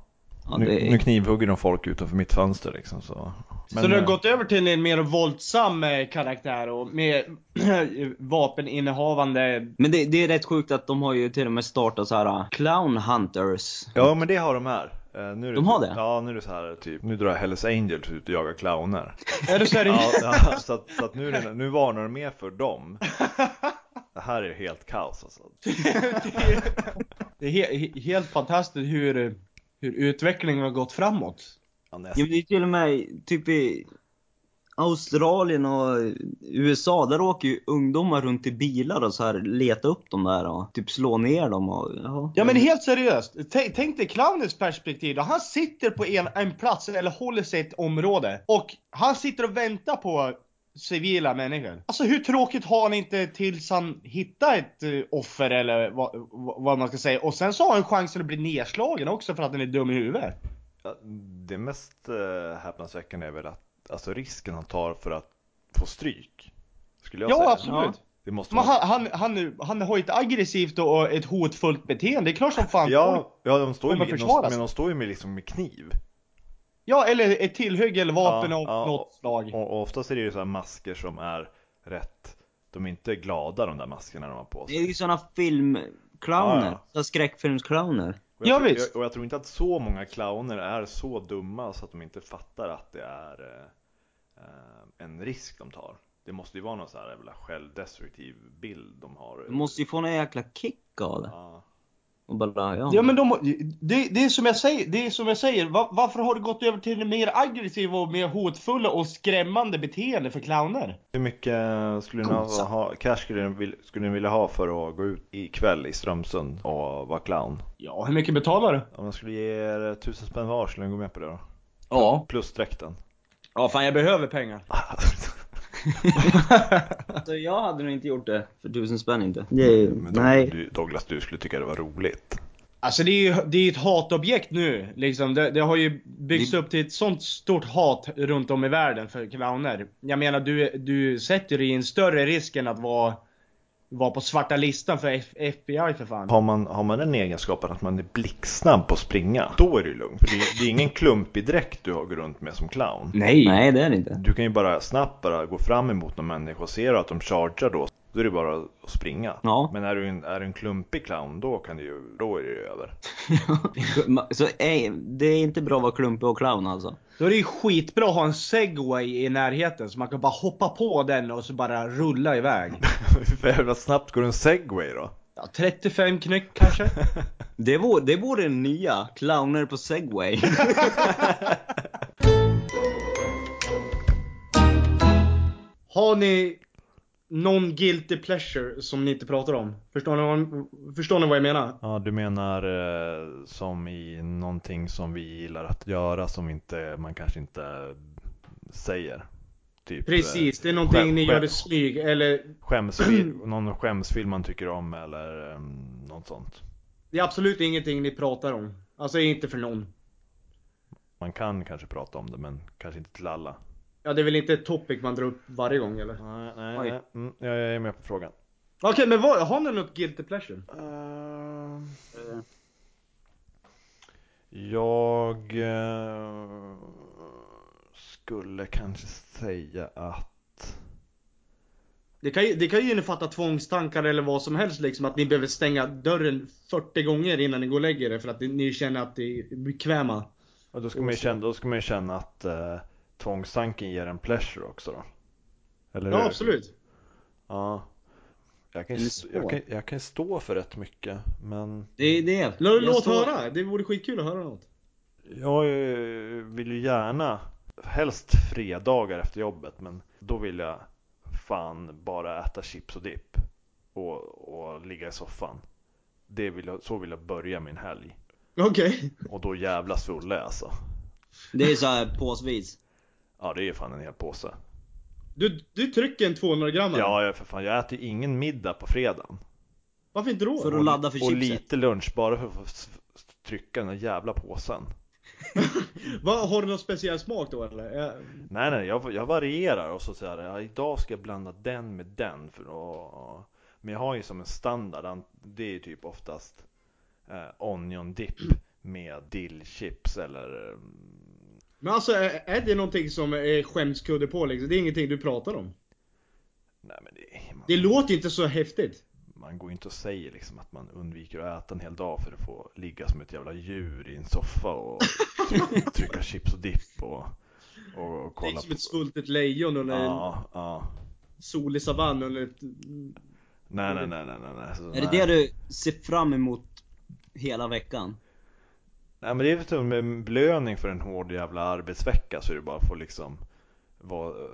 Speaker 3: Ja,
Speaker 1: nu,
Speaker 3: det
Speaker 1: nu
Speaker 3: är...
Speaker 1: knivhugger de folk utanför mitt fönster liksom så.
Speaker 4: så
Speaker 1: Men,
Speaker 4: du har
Speaker 1: eh,
Speaker 4: gått över till en mer våldsam eh, karaktär och med vapeninnehavande.
Speaker 3: Men det, det är rätt sjukt att de har ju till och med startat så här Clown Hunters.
Speaker 1: Ja men det har de här. Eh, Nu är
Speaker 3: De har det?
Speaker 1: Ja, nu är det så här typ, nu drar Hells Angels ut och jagar clowner.
Speaker 4: Är du seriös?
Speaker 1: Ja, ja, så att, så att nu, är det- nu varnar de mer för dem. Det här är helt kaos alltså.
Speaker 4: Det är he- he- helt fantastiskt hur, hur utvecklingen har gått framåt.
Speaker 1: Ja, näst-
Speaker 3: Jo, men det är till och med typ i Australien och USA, där åker ju ungdomar runt i bilar och så här leta upp dem där och typ slå ner dem och ja.
Speaker 4: Ja men helt seriöst, tänk, tänk dig clownens perspektiv då. Han sitter på en, en plats eller håller sig i ett område och han sitter och väntar på civila människor. Alltså hur tråkigt har han inte tills han hittar ett eh, offer eller vad, vad- vad man ska säga. Och sen så har han chansen att bli nedslagen också för att han är dum i huvudet.
Speaker 1: Ja, Det mest eh, häpnadsväckande är väl att alltså, risken han tar för att få stryk. Skulle jag säga.
Speaker 4: Ja absolut.
Speaker 1: Det måste
Speaker 4: Men
Speaker 1: vara...
Speaker 4: han, han, han, han har ju ett aggressivt och ett hotfullt beteende. Det är klart som fan folk-
Speaker 1: Ja, ja, de står ju
Speaker 4: Kommer
Speaker 1: med, de,
Speaker 4: försvara sig.
Speaker 1: men de står ju med, liksom, med kniv.
Speaker 4: ja eller ett tillhygge eller vapen
Speaker 1: Ja,
Speaker 4: av
Speaker 1: ja,
Speaker 4: något slag.
Speaker 1: Och, och oftast är det ju så här masker som är rätt, de är inte glada de där maskerna de har på
Speaker 3: Det
Speaker 1: sig.
Speaker 3: är ju såna filmclowner,
Speaker 1: Ja,
Speaker 3: såna skräckfilmsclowner.
Speaker 1: Och jag,
Speaker 4: Ja,
Speaker 1: tror-
Speaker 4: visst.
Speaker 1: Jag, och jag tror inte att så många clowner är så dumma så att de inte fattar att det är eh, eh, en risk de tar. Det måste ju vara någon sån här jävla självdestruktiv bild de har.
Speaker 3: De måste ju få någon jäkla kick av det.
Speaker 1: Ja.
Speaker 3: Och bara, ja.
Speaker 4: Ja men de, det, det är som jag säger, det är som jag säger. Va- varför har du gått över till det mer aggressiva och mer hotfulla och skrämmande beteende för clowner?
Speaker 1: Hur mycket skulle ni ha, ha cash skulle ni, vil- skulle ni vilja ha för att gå ut ikväll i Strömsund och vara clown?
Speaker 4: Ja, hur mycket betalar du?
Speaker 1: Om jag skulle ge er tusen spänn var skulle ni gå med på det då?
Speaker 4: Ja.
Speaker 1: Plus dräkten.
Speaker 4: Ja fan jag behöver pengar.
Speaker 3: Alltså, jag hade nog inte gjort det för tusen spänn inte. Det är ju,
Speaker 1: Men Dom-
Speaker 3: nej.
Speaker 1: Du, Douglas, du skulle tycka det var roligt.
Speaker 4: Alltså det är ju det är ju ett hatobjekt nu liksom. Det, det har ju byggts upp till ett sånt stort hat runt om i världen för clowner. Jag menar du, du sätter dig i en större risk än att vara, vara på svarta listan för F- FBI för fan.
Speaker 1: Har man, har man den egenskapen att man är blixtsnabb på att springa, då är det ju lugnt. För det är, det är ingen klumpig dräkt du har går runt med som clown.
Speaker 3: Nej, det är det inte.
Speaker 1: Du kan ju bara snabbt bara gå fram emot någon människa och ser du att de chargar då, då är det bara att springa.
Speaker 3: Ja.
Speaker 1: Men är du en, är du en klumpig clown, då, kan det ju, då är det ju över.
Speaker 3: Så ej, det är inte bra att vara klumpig och clown alltså.
Speaker 4: Då är det ju skitbra att ha en segway i närheten så man kan bara hoppa på den och så bara rulla iväg.
Speaker 1: För jävla snabbt går en segway då?
Speaker 4: Ja, 35 knyck kanske?
Speaker 3: Det vore, det vore den nya, clowner på segway.
Speaker 4: Har ni någon guilty pleasure som ni inte pratar om. Förstår ni vad, förstår ni vad jag menar?
Speaker 1: Ja, du menar eh, som i någonting som vi gillar att göra som inte, man kanske inte säger. Typ,
Speaker 4: Precis, det är
Speaker 1: Själv-
Speaker 4: någonting ni gör
Speaker 1: själv-
Speaker 4: i smyg eller
Speaker 1: Skämsfilm, någon skämsfilm man tycker om eller eh, något sånt.
Speaker 4: det är absolut ingenting ni pratar om. Alltså inte för någon.
Speaker 1: Man kan kanske prata om det men kanske inte till alla.
Speaker 4: Ja, det är väl inte ett topic man drar upp varje gång eller?
Speaker 1: Nej, nej,
Speaker 3: Oj.
Speaker 1: nej. Mm, jag jag är med på frågan.
Speaker 4: Okej, men vad, har ni något guilty pleasure?
Speaker 3: Eh,
Speaker 1: Jag eh, skulle kanske säga att...
Speaker 4: Det kan, ju, det kan ju innefatta tvångstankar eller vad som helst liksom. Att ni behöver stänga dörren 40 gånger innan ni går och lägger er för att ni, ni känner att ni är bekväma.
Speaker 1: Och då, ska man ju känna, då ska man ju känna att eh, tvångstanken ger en pleasure också då. Eller
Speaker 4: Ja,
Speaker 1: hur?
Speaker 4: absolut.
Speaker 1: Ja. Jag kan,
Speaker 3: Eller
Speaker 1: ju-
Speaker 3: så.
Speaker 1: jag, kan, jag kan ju stå för rätt mycket men
Speaker 3: Det är det.
Speaker 4: Låt,
Speaker 3: Jag
Speaker 4: låt
Speaker 3: står-
Speaker 4: höra, det vore skitkul att höra något.
Speaker 1: jag eh, vill ju gärna helst fredagar efter jobbet men då vill jag fan bara äta chips och dipp och, och ligga i soffan. Det vill jag, så vill jag börja min helg.
Speaker 4: Okej.
Speaker 1: Och då jävlas fulla jag, alltså.
Speaker 3: Det är så här påsvis.
Speaker 1: Ja det är ju fan en hel påse.
Speaker 4: Du, du trycker en 200 gram
Speaker 1: Ja jag- för fan jag äter ju ingen middag på fredagen.
Speaker 4: Varför inte då?
Speaker 3: För att
Speaker 1: Och-
Speaker 3: ladda för
Speaker 1: Och
Speaker 3: chipset.
Speaker 1: lite lunch bara för att få s- s- trycka den där jävla påsen.
Speaker 4: Vad- har du någon speciell smak då eller? Eh,
Speaker 1: Nej nej jag, jag varierar och så säger jag idag ska jag blanda den med den. För att, men jag har ju som en standard, an- det är ju typ oftast eh, onion dip med dillchips eller eh,
Speaker 4: Men alltså är, är det någonting som är skämskudde på liksom? Det är ingenting du pratar om?
Speaker 1: Nej men det, man,
Speaker 4: Det låter ju inte så häftigt.
Speaker 1: man går ju inte och säger liksom att man undviker att äta en hel dag för att få ligga som ett jävla djur i en soffa och trycka chips och dipp och, och, och
Speaker 4: Det är
Speaker 1: kolla
Speaker 4: som ett svultet lejon under en
Speaker 1: Ja, ja.
Speaker 4: solig savann under ett...
Speaker 1: Nej nej nej nej nej. nej. Så,
Speaker 3: Är det
Speaker 1: nej.
Speaker 3: det du ser fram emot hela veckan?
Speaker 1: Nej men det är väl som en belöning för en hård jävla arbetsvecka så är det bara för att liksom vara, eh,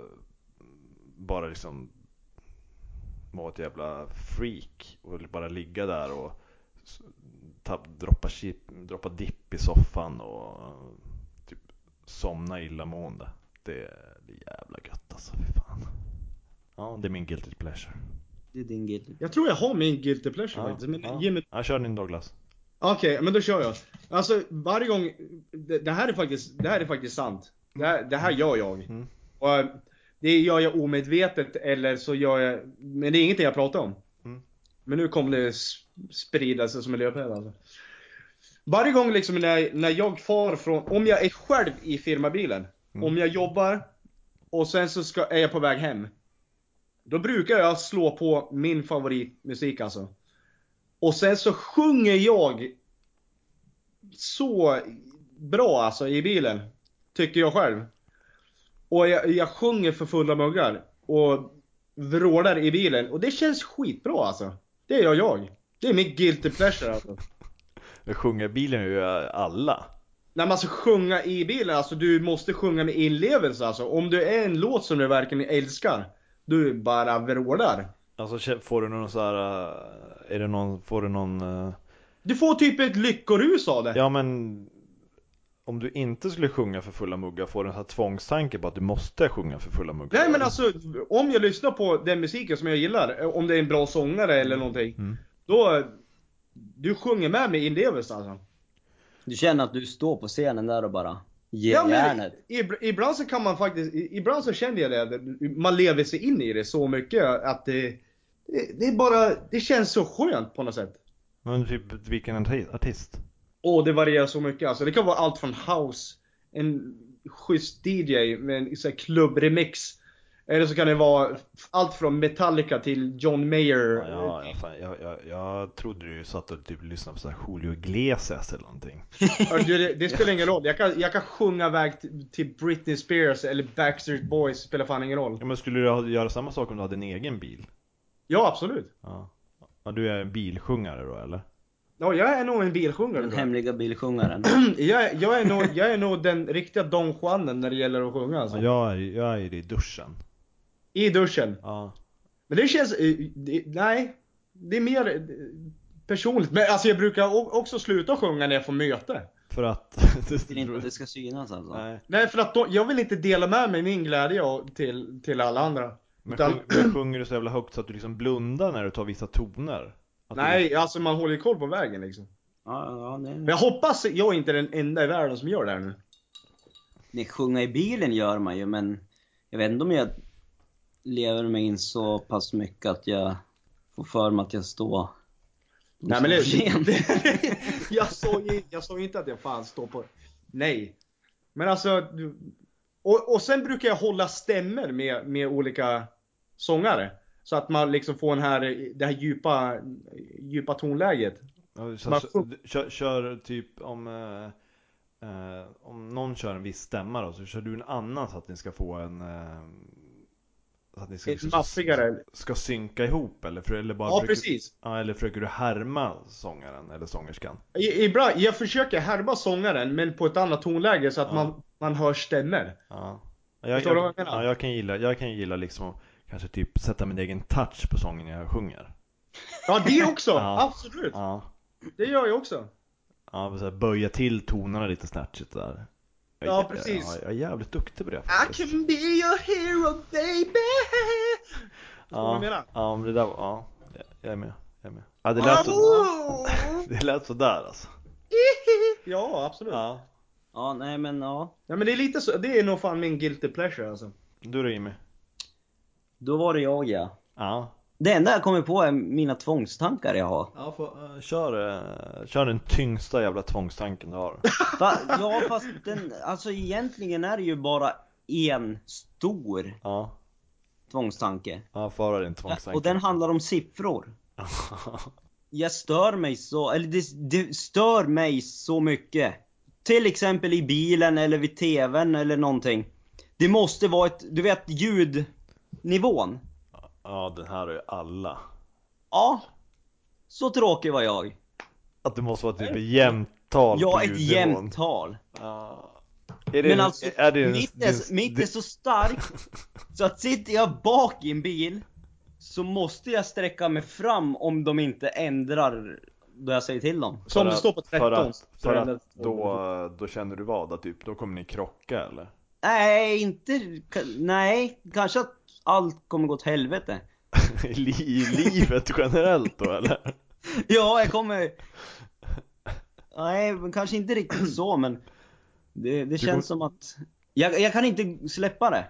Speaker 1: bara liksom vara ett jävla freak och bara ligga där och s- tapp, droppa, chip, droppa dipp i soffan och eh, typ somna illamående. Det, det är jävla gött alltså, fy fan. Ja, det är min guilty pleasure.
Speaker 3: Det är din guilty.
Speaker 4: Jag tror jag har min guilty pleasure
Speaker 1: Ja,
Speaker 4: faktiskt. Men
Speaker 1: ja.
Speaker 4: ge mig...
Speaker 1: Ja, kör din Douglas.
Speaker 4: Okej, men då kör jag. Alltså varje gång... Det, det här är faktiskt, det här är faktiskt sant. Det här, det här gör jag.
Speaker 1: Mm.
Speaker 4: Och, eh, det gör jag omedvetet eller så gör jag... Men det är ingenting jag pratar om.
Speaker 1: Mm.
Speaker 4: Men nu kommer det s- sprida sig som en löpeld alltså. Varje gång liksom när, när jag far från... Om jag är själv i firmabilen.
Speaker 1: Mm.
Speaker 4: Om jag jobbar och sen så ska, är jag på väg hem. Då brukar jag slå på min favoritmusik alltså. Och sen så sjunger jag så bra alltså i bilen. Tycker jag själv. Och jag, jag sjunger för fulla muggar. Och vrålar i bilen. Och det känns skitbra alltså. Det gör jag. Det är min guilty pleasure alltså.
Speaker 1: Jag sjunger i bilen gör ju alla.
Speaker 4: När man ska sjunga i bilen, alltså du måste sjunga med inlevelse alltså. Om du är en låt som du verkligen älskar, du bara vrålar.
Speaker 1: Alltså kä- får du någon så här, eh, är det någon, får du någon, eh,
Speaker 4: Du får typ ett lyckorus av det.
Speaker 1: ja men om du inte skulle sjunga för fulla muggar, får du en sån här tvångstanke på att du måste sjunga för fulla muggar?
Speaker 4: Nej men alltså, om jag lyssnar på den musiken som jag gillar, eh, om det är en bra sångare eller någonting.
Speaker 1: Mm.
Speaker 4: Då, eh, du sjunger med med inlevelse alltså.
Speaker 3: Du känner att du står på scenen där och bara ger
Speaker 4: Ja, men
Speaker 3: järnet.
Speaker 4: ib- ibland så kan man faktiskt, i- ibland så känner jag det, att man lever sig in i det så mycket att det, det- det är bara, det känns så skönt på något sätt.
Speaker 1: Men typ vilken arti- artist?
Speaker 4: Åh, det varierar så mycket alltså. Det kan vara allt från house, en schysst DJ med en så här klubbremix. Eller så kan det vara allt från Metallica till John Mayer.
Speaker 1: Ja, ja, ja, fan, jag, jag, jag trodde du satt och typ lyssnade på så här Julio Iglesias eller någonting.
Speaker 4: Ja, du, Det, det spelar ingen roll. Jag kan, jag kan sjunga iväg till, till Britney Spears eller Backstreet Boys. Spelar fan ingen roll.
Speaker 1: Ja men skulle du ha- göra samma sak om du hade en egen bil?
Speaker 4: Ja, absolut.
Speaker 1: Ja. ja du är en bilsjungare då eller?
Speaker 4: Ja, jag är nog en bilsjungare.
Speaker 3: Den
Speaker 4: tror jag.
Speaker 3: hemliga bilsjungaren.
Speaker 4: Jag, är- jag, är nog, jag är nog den riktiga Don Juanen när det gäller att sjunga alltså.
Speaker 1: Ja, jag är, jag är i duschen.
Speaker 4: I alltså. duschen.
Speaker 1: Ja.
Speaker 4: Men det känns, eh, det, nej. Det är mer eh, personligt. Men alltså jag brukar o- också sluta sjunga när jag får möte.
Speaker 1: För att...
Speaker 3: Vill inte att det ska synas alltså.
Speaker 1: Nej.
Speaker 4: Nej för att då, jag vill inte dela med mig min glädje och- till, till alla andra.
Speaker 1: Men
Speaker 4: Utan-
Speaker 1: sjung- men sjunger du så jävla högt så att du liksom blundar när du tar vissa toner? Att Du...
Speaker 4: Nej, alltså man håller ju koll på vägen liksom.
Speaker 3: Ja, ja,
Speaker 4: Men
Speaker 3: nej.
Speaker 4: jag hoppas jag inte är den enda i världen som gör det här nu.
Speaker 3: Nej, sjunga i bilen gör man ju men jag vet inte om jag lever mig in så pass mycket att jag får för mig att jag står...
Speaker 4: Nej men
Speaker 3: Scen.
Speaker 4: det, jag, såg ju, jag såg ju inte att jag fan står på... Nej. Men alltså... du- Och, och sen brukar jag hålla stämmer med, med olika sångare. Så att man liksom får den här, det här djupa, djupa tonläget.
Speaker 1: liksom- Ja, Så,
Speaker 4: Man-
Speaker 1: så, kör, kör typ om... Eh, eh, om någon kör en viss stämma då, så kör du en annan så att ni ska få en... Eh, så att ni ska, liksom
Speaker 4: Ett maffigare.
Speaker 1: ska synka ihop eller? För, eller bara
Speaker 4: Ja
Speaker 1: försöker-
Speaker 4: precis.
Speaker 1: Ja, eller försöker du härma sångaren eller sångerskan?
Speaker 4: I, ibland, jag försöker härma sångaren men på ett annat tonläge så att
Speaker 1: Ja.
Speaker 4: man, man hör stämmer.
Speaker 1: Ja. Jag,
Speaker 4: Förstår du vad jag menar?
Speaker 1: ja, jag kan gilla, jag kan gilla liksom att kanske typ sätta min egen touch på sången jag sjunger.
Speaker 4: Ja det också!
Speaker 1: Ja.
Speaker 4: Absolut!
Speaker 1: Ja.
Speaker 4: Det gör jag också.
Speaker 1: Ja, men så här, böja till tonerna lite snärtigt där. Jag,
Speaker 4: Ja,
Speaker 1: jag-
Speaker 4: precis.
Speaker 1: Jag, jag är jävligt duktig på det
Speaker 4: I
Speaker 1: faktiskt.
Speaker 4: can be your hero baby!
Speaker 1: ja,
Speaker 4: vad du menar?
Speaker 1: ja, men det där var- ja, jag- jag är med. Jag är med. Ja, det lät, så,
Speaker 4: Oh!
Speaker 1: det lät sådär alltså.
Speaker 4: Ja, absolut.
Speaker 1: Ja.
Speaker 3: Ja, nej men ja.
Speaker 4: Ja men det är lite så, det är nog fan min guilty pleasure alltså.
Speaker 1: Du då Jimmy?
Speaker 3: Då var det jag ja.
Speaker 1: Ja.
Speaker 3: Det enda jag kommer på är mina tvångstankar jag har.
Speaker 1: Ja, får, eh, kör, eh, kör den tyngsta jävla tvångstanken du har.
Speaker 3: Va? Ja fast den, alltså egentligen är det ju bara en stor
Speaker 1: Ja,
Speaker 3: tvångstanke.
Speaker 1: ja fara din
Speaker 3: Ja,
Speaker 1: tvångstanke.
Speaker 3: Och den handlar om siffror. Jag stör mig så, eller det, det stör mig så mycket. Till exempel i bilen eller vid TVn eller någonting. Det måste vara ett, du vet ljudnivån.
Speaker 1: ja, den här är ju alla.
Speaker 3: Ja. Så tråkig var jag.
Speaker 1: Att det måste vara typ ett jämnt tal på
Speaker 3: Ja, ett
Speaker 1: ljudnivån.
Speaker 3: jämnt tal.
Speaker 1: Ja. Är det,
Speaker 3: Men alltså,
Speaker 1: är det,
Speaker 3: mitt, är, mitt är så starkt så att sitter jag bak i en bil så måste jag sträcka mig fram om de inte ändrar då jag säger till dem.
Speaker 4: Som
Speaker 1: För
Speaker 4: det
Speaker 1: att-
Speaker 4: står på 13.
Speaker 1: För att,
Speaker 4: så
Speaker 1: för
Speaker 4: är det-
Speaker 1: att då, då känner du vad? Att typ, då kommer ni krocka eller?
Speaker 3: Nej, inte... ka- Nej, kanske att allt kommer gå åt helvete.
Speaker 1: I, li- I livet generellt då eller?
Speaker 3: Ja, jag kommer... Nej, men kanske inte riktigt så men... Det, det känns som att... Jag, jag kan inte släppa det.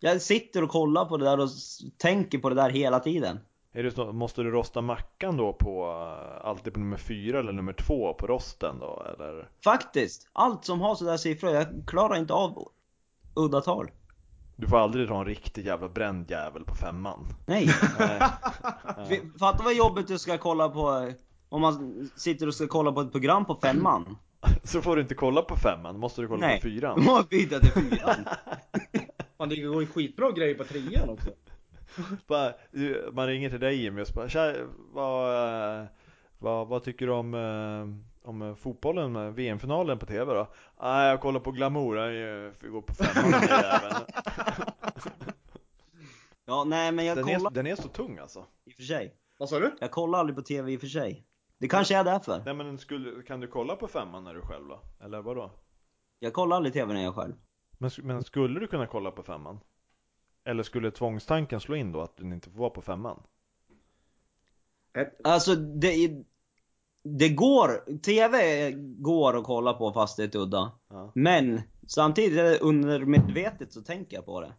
Speaker 3: Jag sitter och kollar på det där och s- tänker på det där hela tiden.
Speaker 1: Är det så, måste du rosta mackan då på, eh, alltid på nummer fyra eller nummer två på rosten då eller?
Speaker 3: Faktiskt. Allt som har sådär siffror, jag klarar inte av udda tal.
Speaker 1: Du får aldrig ha en riktig jävla bränd jävel på femman.
Speaker 3: Nej.
Speaker 1: Nej.
Speaker 3: F- Fatta vad jobbigt du ska kolla på eh, om man sitter och ska kolla på ett program på femman.
Speaker 1: Så får du inte kolla på femman, måste du kolla
Speaker 3: Nej.
Speaker 1: på
Speaker 3: Då
Speaker 1: fyran.
Speaker 3: har jag byta till fyran.
Speaker 4: Fan det går ju skitbra grejer på trean också.
Speaker 1: Bara, du, man ringer till dig Jimmy och så bara, "Tja, vad, eh, vad, vad tycker du om, eh, om eh, fotbollen, eh, VM-finalen på TV då? Nej, jag kollar på Glamour, jag får gå på femman den där jäveln."
Speaker 3: Ja, nej men jag
Speaker 1: den,
Speaker 3: kollar
Speaker 1: är, den är så tung alltså.
Speaker 3: i och för sig.
Speaker 4: Vad sa du?
Speaker 3: Jag kollar aldrig på TV i och för sig. Det kanske är därför.
Speaker 1: Nej men skulle, kan du kolla på femman när du är själv då? Eller vadå?
Speaker 3: Jag kollar aldrig TV när jag är själv.
Speaker 1: Men, sk- men skulle du kunna kolla på femman? Eller skulle tvångstanken slå in då att du inte får vara på femman?
Speaker 3: Alltså det, är- det går, TV går att kolla på fast det är ett udda.
Speaker 1: Ja.
Speaker 3: Men samtidigt är det undermedvetet så tänker jag på det.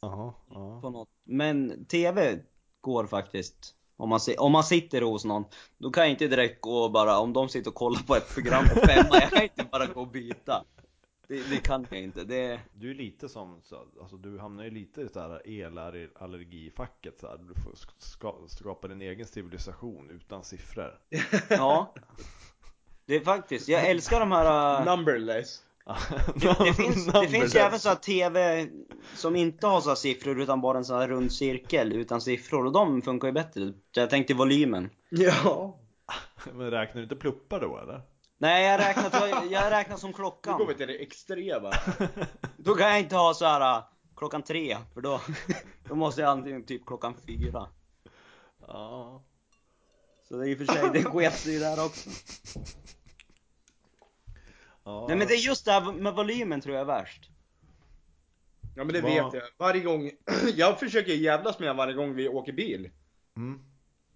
Speaker 1: Jaha, ja.
Speaker 3: på något. Men TV går faktiskt. Om man, si- om man sitter hos någon, då kan jag inte direkt gå och bara, om de sitter och kollar på ett program på femma, jag kan inte bara gå och byta. Det, det kan jag inte. Det,
Speaker 1: Du är lite som, så- alltså du hamnar ju lite i såhär elallergifacket så här. Du får ska, skapa din egen civilisation utan siffror.
Speaker 3: ja. Det är faktiskt, jag älskar de här... äh,
Speaker 4: Numberless.
Speaker 3: Det finns, det finns ju även så här TV som inte har så här siffror utan bara en sån här rund cirkel utan siffror och de funkar ju bättre. Jag tänkte volymen.
Speaker 4: Ja.
Speaker 1: Men räknar du inte pluppar då eller?
Speaker 3: Nej jag räknar, jag räknar som
Speaker 4: Nu går vi
Speaker 3: klockan.
Speaker 4: till det extrema.
Speaker 3: Då kan jag inte ha så här äh, klockan tre, för då, då måste jag antingen typ klockan fyra.
Speaker 1: Ja.
Speaker 3: Så det är i och för sig, det sket sig där också.
Speaker 1: ja.
Speaker 3: Nej men det är just det här med volymen tror jag är värst.
Speaker 4: Ja men det
Speaker 1: Vad-
Speaker 4: vet jag. Varje gång, jag försöker jävlas med honom varje gång vi åker bil.
Speaker 1: Mm.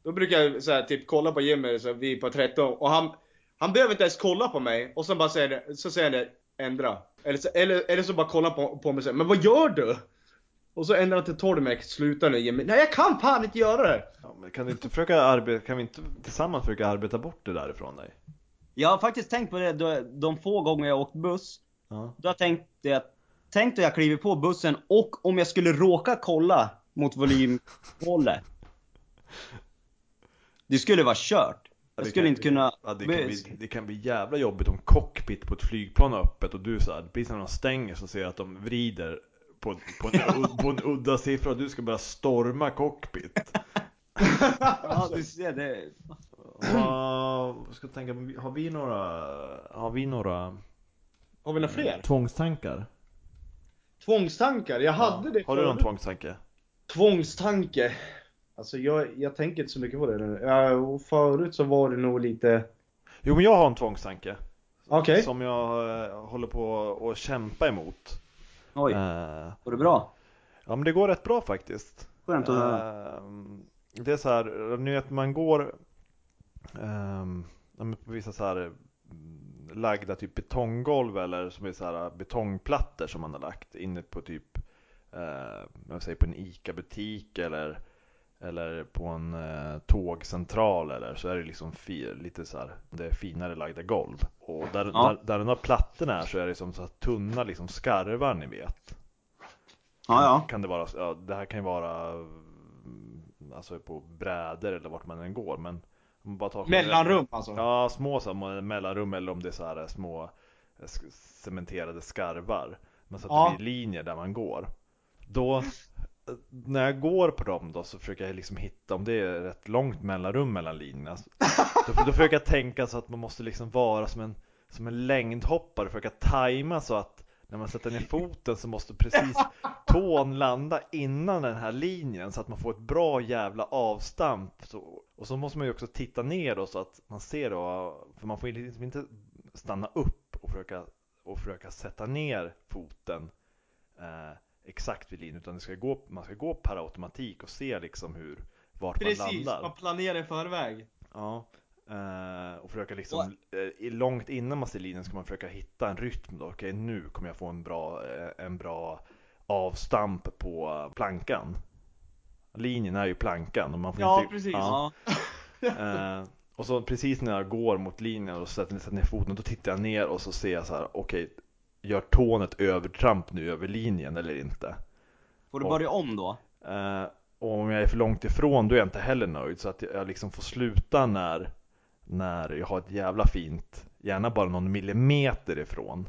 Speaker 4: Då brukar jag så här, typ kolla på Jimmy, så här, vi är på 13 och han, han behöver inte ens kolla på mig och sen bara säger, det- så säger han det, ändra. Eller så, eller, eller så bara kollar på, på mig och säger, men vad gör du? Och så ändrar han till 12 med, sluta nu Jimmy. Nej jag kan fan inte göra det!
Speaker 1: Ja, men kan, du inte försöka arbeta, kan vi inte tillsammans försöka arbeta bort det därifrån dig?
Speaker 3: Jag har faktiskt tänkt på det då, de få gånger jag har åkt buss.
Speaker 1: Ja.
Speaker 3: Då har jag tänkt att, tänk då jag kliver på bussen och om jag skulle råka kolla mot volymmålet. Det skulle vara kört.
Speaker 1: Ja,
Speaker 3: Jag
Speaker 1: det
Speaker 3: skulle
Speaker 1: Alltså, kan-
Speaker 3: inte kunna...
Speaker 1: Ja, det, kan bli, det kan bli jävla jobbigt om cockpit på ett flygplan är öppet och du så här, precis när de stänger så ser jag att de vrider på, på, en, på en udda siffra och du ska börja storma cockpit.
Speaker 3: Ja, du ser det.
Speaker 1: Vad- jag ska tänka, på- har vi några, har vi några
Speaker 4: Har vi några
Speaker 1: Mm.
Speaker 4: fler?
Speaker 1: tvångstankar?
Speaker 4: Tvångstankar? Jag hade det
Speaker 1: Har du någon
Speaker 4: förut.
Speaker 1: tvångstanke?
Speaker 4: Tvångstanke? Alltså jag, jag tänker inte så mycket på det nu. Ja, och förut så var det nog lite...
Speaker 1: Jo men jag har en tvångstanke
Speaker 4: Okej.
Speaker 1: som jag eh, håller på att kämpa emot.
Speaker 3: Oj,
Speaker 1: Eh,
Speaker 3: går det bra?
Speaker 1: Ja men det går rätt bra faktiskt.
Speaker 3: Skönt att höra.
Speaker 1: Ehm, Det är så här, ni vet man går ehm, ja, men på vissa så här mm, lagda typ betonggolv eller som är så här betongplattor som man har lagt inne på typ eh, jag säger på en ICA-butik eller eller på en eh, tågcentral eller så är det liksom fi, lite så här, det är finare lagda golv. Och där,
Speaker 3: Ja.
Speaker 1: där, där de här plattorna är så är det som så här tunna liksom skarvar ni vet.
Speaker 3: Ja, ja.
Speaker 1: Kan det vara, ja, det här kan ju vara mm, alltså på brädor eller vart man än går men om man bara tar
Speaker 4: Mellanrum alltså.
Speaker 1: Ja, små så här, mellanrum eller om det är så här små eh, sk- cementerade skarvar. Men så att
Speaker 4: Ja.
Speaker 1: det blir linjer där man går. Då, eh, när jag går på dem då så försöker jag liksom hitta om det är rätt långt mellanrum mellan linjerna. Så- Då, då försöker jag tänka så att man måste liksom vara som en, som en längdhoppare, försöka tajma så att när man sätter ner foten så måste precis tån landa innan den här linjen så att man får ett bra jävla avstamp. Så, och så måste man ju också titta ner då så att man ser då, för man får ju liksom inte stanna upp och försöka, och försöka sätta ner foten eh, exakt vid linjen utan det ska gå, man ska gå per automatik och se liksom hur, vart man
Speaker 4: Precis,
Speaker 1: landar.
Speaker 4: man planerar i förväg.
Speaker 1: Ja, eh, och försöka liksom, eh, i- långt innan man ser linjen ska man försöka hitta en rytm då. Okej, nu kommer jag få en bra, eh, en bra avstamp på plankan. Linjen är ju plankan och man får
Speaker 4: Ja,
Speaker 1: inte...
Speaker 4: precis.
Speaker 3: Ja.
Speaker 1: Eh, och så precis när jag går mot linjen och sätter, sätter ner foten, då tittar jag ner och så ser jag så här, okej, gör tån ett övertramp nu över linjen eller inte?
Speaker 3: Får du börja om då?
Speaker 1: Eh, och om jag är för långt ifrån då är jag inte heller nöjd så att jag liksom får sluta när, när jag har ett jävla fint, gärna bara någon millimeter ifrån.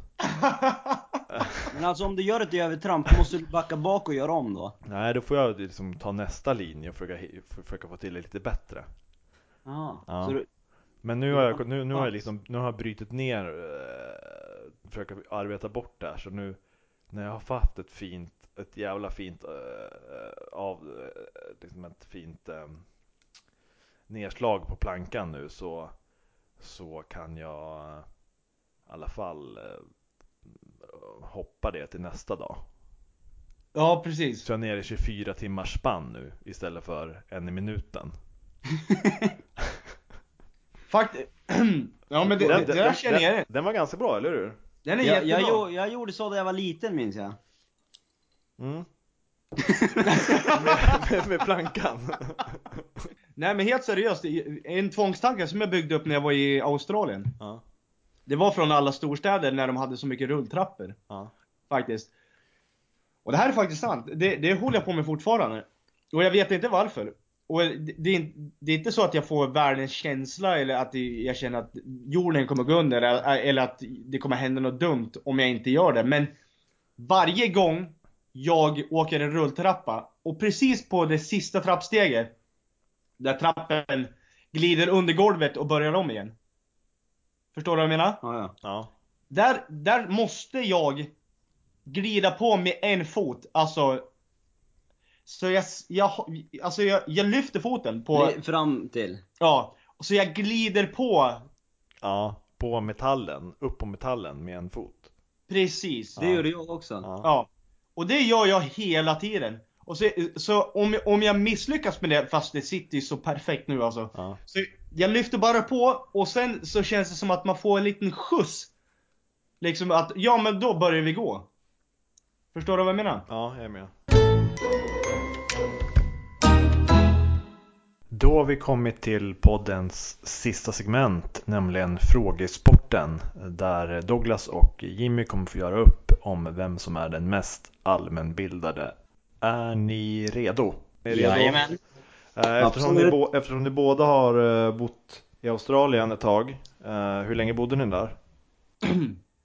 Speaker 3: Men alltså om du gör ett övertramp, måste du backa bak och göra om då?
Speaker 1: Nej, då får jag liksom ta nästa linje och försöka, hi- för- försöka få till det lite bättre.
Speaker 3: Ja.
Speaker 1: Ja.
Speaker 3: Så du,
Speaker 1: Men nu har jag, nu, nu har jag,
Speaker 3: Skönt.
Speaker 1: liksom, nu har jag brytit ner, eh, försöker arbeta bort det här så nu när jag har haft ett fint, ett jävla fint, eh, av, eh, liksom ett fint eh, nedslag på plankan nu så, så kan jag eh, i alla fall eh, hoppa det till nästa dag.
Speaker 4: Ja, precis.
Speaker 1: Så jag är nere i 24 timmars spann nu istället för en i minuten.
Speaker 4: Faktiskt. ja men det, det, det där känner jag igen.
Speaker 1: den var ganska bra, eller hur?
Speaker 4: Den är
Speaker 3: jag,
Speaker 4: jättebra.
Speaker 3: jag, gjo- jag gjorde så när jag var liten minns jag.
Speaker 1: Mm. med, med, med plankan.
Speaker 4: Nej men helt seriöst, en tvångstanke som jag byggde upp när jag var i Australien.
Speaker 1: Ja.
Speaker 4: Det var från alla storstäder när de hade så mycket rulltrappor.
Speaker 1: Ja.
Speaker 4: Faktiskt. Och det här är faktiskt sant. Det, det håller jag på med fortfarande. Och jag vet inte varför. Och det, det, är, in- det är inte så att jag får världens känsla eller att det, jag känner att jorden kommer gå under eller, eller att det kommer hända något dumt om jag inte gör det. Men varje gång jag åker en rulltrappa och precis på det sista trappsteget där trappen glider under golvet och börjar om igen. Förstår du vad jag menar?
Speaker 3: Ja, ja.
Speaker 1: ja.
Speaker 4: Där, där måste jag glida på med en fot, alltså. Så jag, jag, alltså jag, jag lyfter foten på,
Speaker 3: Li- Fram till.
Speaker 4: ja. Så jag glider på,
Speaker 1: Ja, på metallen, upp på metallen med en fot.
Speaker 4: precis.
Speaker 3: Det
Speaker 1: Ja.
Speaker 3: gjorde jag också.
Speaker 1: Ja.
Speaker 4: Ja. Och det gör jag hela tiden. Och så, så om, om jag misslyckas med det, fast det sitter ju så perfekt nu alltså.
Speaker 1: Ja.
Speaker 4: Så jag lyfter bara på och sen så känns det som att man får en liten skjuts. Liksom att, ja men då börjar vi gå. Förstår du vad jag menar?
Speaker 1: ja, jag är med. Då har vi kommit till poddens sista segment, nämligen frågesporten. Där Douglas och Jimmy kommer få göra upp om vem som är den mest allmänbildade. Är ni redo? Är ni redo?
Speaker 3: Jajamän.
Speaker 1: Eh, Eftersom ni,
Speaker 3: Absolut.
Speaker 1: bo- eftersom ni båda har eh, bott i Australien ett tag, eh, hur länge bodde ni där?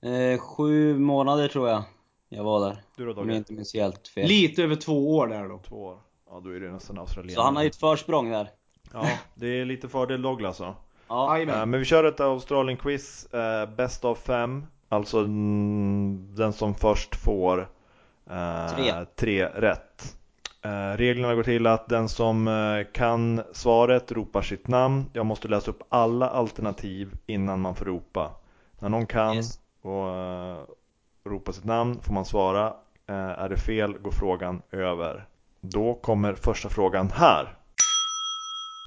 Speaker 3: Eh, sju månader tror jag jag var där.
Speaker 1: Du då
Speaker 3: Om jag
Speaker 1: Dogge?
Speaker 3: inte minns helt fel.
Speaker 4: Lite över två år där då.
Speaker 1: Två år. Ja, då är det nästan Australien.
Speaker 3: Så han har ju ett försprång där.
Speaker 1: Ja, det är lite fördel Douglas så.
Speaker 3: Ja.
Speaker 1: Eh,
Speaker 4: Jajamän.
Speaker 1: Men vi kör ett Australien-quiz, eh, bäst av fem. Alltså mm, den som först får eh,
Speaker 3: Tre.
Speaker 1: tre rätt. Eh, reglerna går till att den som eh, kan svaret ropar sitt namn. Jag måste läsa upp alla alternativ innan man får ropa. När någon kan
Speaker 3: Yes.
Speaker 1: och eh, ropar sitt namn får man svara. Eh, är det fel går frågan över. Då kommer första frågan här.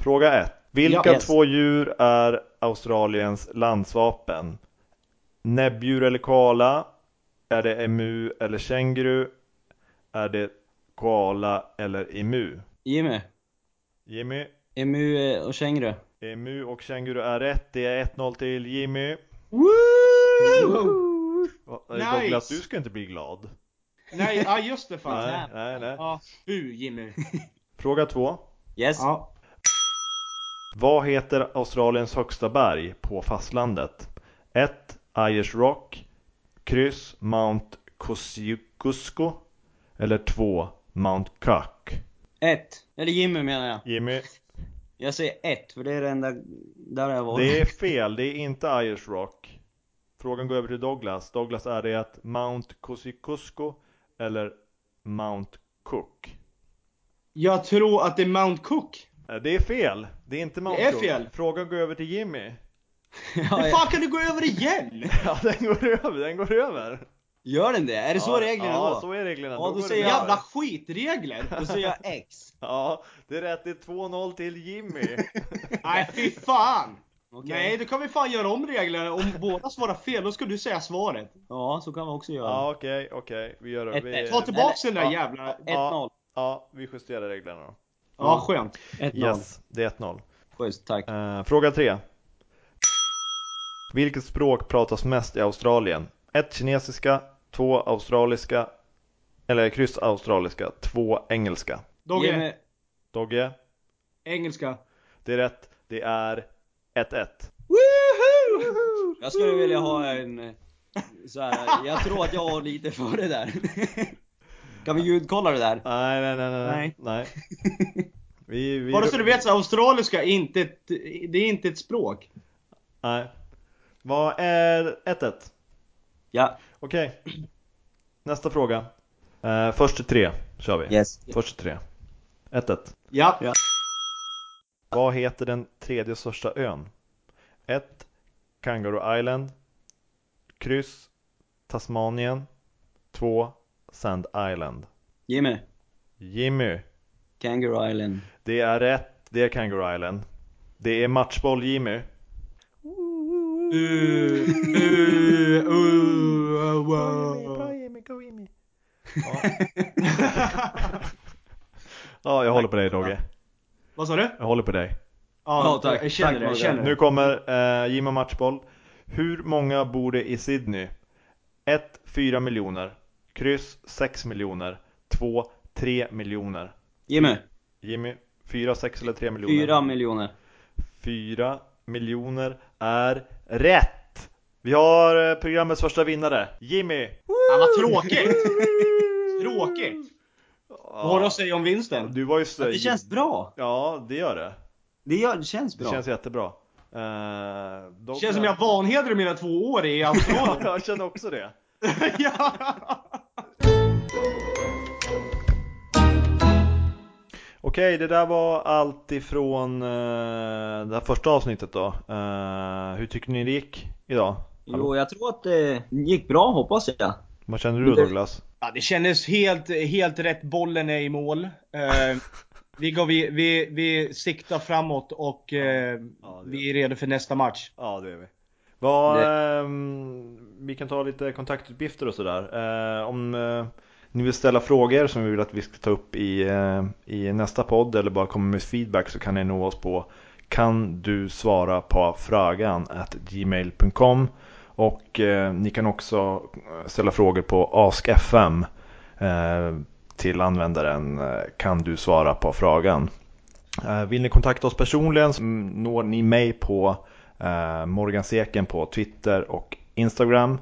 Speaker 1: Fråga 1. Vilka
Speaker 3: Ja, yes.
Speaker 1: två djur är Australiens landsvapen? Näbbdjur eller koala? Är det emu eller känguru? Är det koala eller emu?
Speaker 3: Jimmy.
Speaker 1: Jimmy,
Speaker 3: Emu eh, och känguru.
Speaker 1: emu och känguru är rätt. Det är 1-0 till Jimmy.
Speaker 4: Woo!
Speaker 1: Va- eh,
Speaker 4: Nice.
Speaker 1: Douglas, du ska inte bli glad.
Speaker 4: Nej, ja just det fan.
Speaker 1: Nej, nej, nej.
Speaker 4: Ja, fu Jimmy.
Speaker 1: Fråga 2.
Speaker 3: Yes.
Speaker 4: Ja.
Speaker 1: Vad heter Australiens högsta berg på fastlandet? 1. Ayers Rock Kryss Mount Kosciuszko Eller 2. Mount Cook
Speaker 3: Ett. Eller Jimmy menar jag.
Speaker 1: Jimmy,
Speaker 3: Jag säger ett, för det är det enda där jag var.
Speaker 1: det är fel. Det är inte Ayers Rock. Frågan går över till Douglas. Douglas, är det att Mount Kosciuszko eller Mount Cook?
Speaker 4: Jag tror att det är Mount Cook.
Speaker 1: Eh, Det är fel. Det är inte Mount
Speaker 4: Det är
Speaker 1: Cook.
Speaker 4: fel.
Speaker 1: Frågan går över till Jimmy.
Speaker 3: ja,
Speaker 4: Hur
Speaker 3: ja.
Speaker 4: fan kan du gå över igen?
Speaker 1: Ja, den går över. Den går över.
Speaker 3: Gör den det? Är det så
Speaker 1: ja,
Speaker 3: reglerna
Speaker 1: Ja,
Speaker 3: var?
Speaker 1: så är reglerna.
Speaker 3: Ja, då
Speaker 1: går den
Speaker 3: säger jag-
Speaker 1: över.
Speaker 4: Jävla skitregler.
Speaker 3: Då säger jag X.
Speaker 1: Ja, det är rätt. Det är 2-0 till Jimmy.
Speaker 4: Nej fy fan.
Speaker 3: Okej.
Speaker 4: Nej, då kan vi fan göra om reglerna. Om båda svarar fel, då ska du säga svaret.
Speaker 3: Ja, så kan vi också göra.
Speaker 1: ja, okej, okej. Vi gör det.
Speaker 3: Ett,
Speaker 1: Vi,
Speaker 3: ett.
Speaker 4: Ta tillbaks den
Speaker 3: Eller-
Speaker 4: där
Speaker 3: Eh, ja.
Speaker 4: jävla...
Speaker 3: 1-0.
Speaker 1: ja, vi justerar reglerna då.
Speaker 4: Ja, skönt.
Speaker 3: 1-0.
Speaker 1: Yes, det är 1-0.
Speaker 3: Schysst, tack.
Speaker 1: Eh, fråga 3. Vilket språk pratas mest i Australien? 1. Kinesiska, 2. Australiska, eller kryss australiska, 2. Engelska.
Speaker 4: Dogge,
Speaker 3: Jimmy.
Speaker 1: Dogge,
Speaker 4: engelska.
Speaker 1: det är rätt. Det är 1-1.
Speaker 4: Woohoo!
Speaker 3: Jag skulle vilja ha en... eh, Så här, jag tror att jag har lite för det där. Kan vi ljudkolla det där?
Speaker 1: Nej, nej, nej, nej. nej.
Speaker 4: Nej.
Speaker 1: nej. Vi, vi,
Speaker 4: Bara så du vet så australiska är inte ett, det är inte ett språk.
Speaker 1: Nej. Vad är 1-1?
Speaker 3: Ja,
Speaker 1: Okej. Nästa fråga. Eh, först till tre kör vi.
Speaker 3: yes.
Speaker 1: Först till tre. 1-1.
Speaker 4: Ja.
Speaker 3: Ja.
Speaker 1: Vad heter den tredje största ön? 1. Kangaroo Island. Kryss. Tasmanien. 2. Sand Island.
Speaker 3: Jimmy.
Speaker 1: Jimmy.
Speaker 3: Kangaroo Island.
Speaker 1: Det är rätt. Det är Kangaroo Island. Det är matchboll Jimmy.
Speaker 4: Uh, uh, uh, wow.
Speaker 1: Jimmy, go Jimmy. Ja. ja, jag håller på dig Dogge.
Speaker 4: Vad sa du?
Speaker 1: Jag håller på dig.
Speaker 3: Ja, tack.
Speaker 4: Jag känner
Speaker 3: Tack,
Speaker 4: det, jag
Speaker 3: Morgan.
Speaker 4: känner
Speaker 1: Nu
Speaker 4: det.
Speaker 1: kommer eh, Jimmy Matchboll. Hur många bor det i Sydney? 1. 4 miljoner. Kryss 6 miljoner. 2. 3 miljoner.
Speaker 3: Jimmy.
Speaker 1: Jimmy, 4, 6 eller 3 miljoner?
Speaker 3: 4 miljoner.
Speaker 1: 4 miljoner är rätt! Vi har eh, programmets första vinnare, Jimmy!
Speaker 4: Ja, vad tråkigt. Tråkigt. Vad har du att säga om vinsten?
Speaker 1: Du var ju så...
Speaker 3: Det känns bra.
Speaker 1: Ja, det gör det.
Speaker 3: Det, gör, det känns
Speaker 1: Det
Speaker 3: bra.
Speaker 1: känns jättebra. Eh, Douglas-
Speaker 4: Känns som jag vanhedrade mina två år i Australien.
Speaker 1: Ja, jag känner också det.
Speaker 4: ja.
Speaker 1: Okej, det där var allt ifrån eh, det här första avsnittet då. Eh, hur tycker ni det gick idag?
Speaker 3: Jo, jag tror att det gick bra hoppas jag.
Speaker 1: Vad känner du Douglas?
Speaker 4: Ja, det kändes helt, helt rätt. Bollen är i mål. Eh, vi, går, vi, vi, vi siktar framåt och eh,
Speaker 1: Ja, det
Speaker 4: vi är redo för nästa match.
Speaker 1: Ja, det är vi. Vad, ehm, vi kan ta lite kontaktuppgifter och sådär. Eh, om eh, ni vill ställa frågor som vi vill att vi ska ta upp i, eh, i nästa podd eller bara komma med feedback så kan ni nå oss på kan du svara på frågan at gmail.com och eh, ni kan också ställa frågor på askfm eh, till användaren eh, kan du svara på frågan. Eh, vill ni kontakta oss personligen så mm, når ni mig på Eh, Morgan Seken på Twitter och Instagram.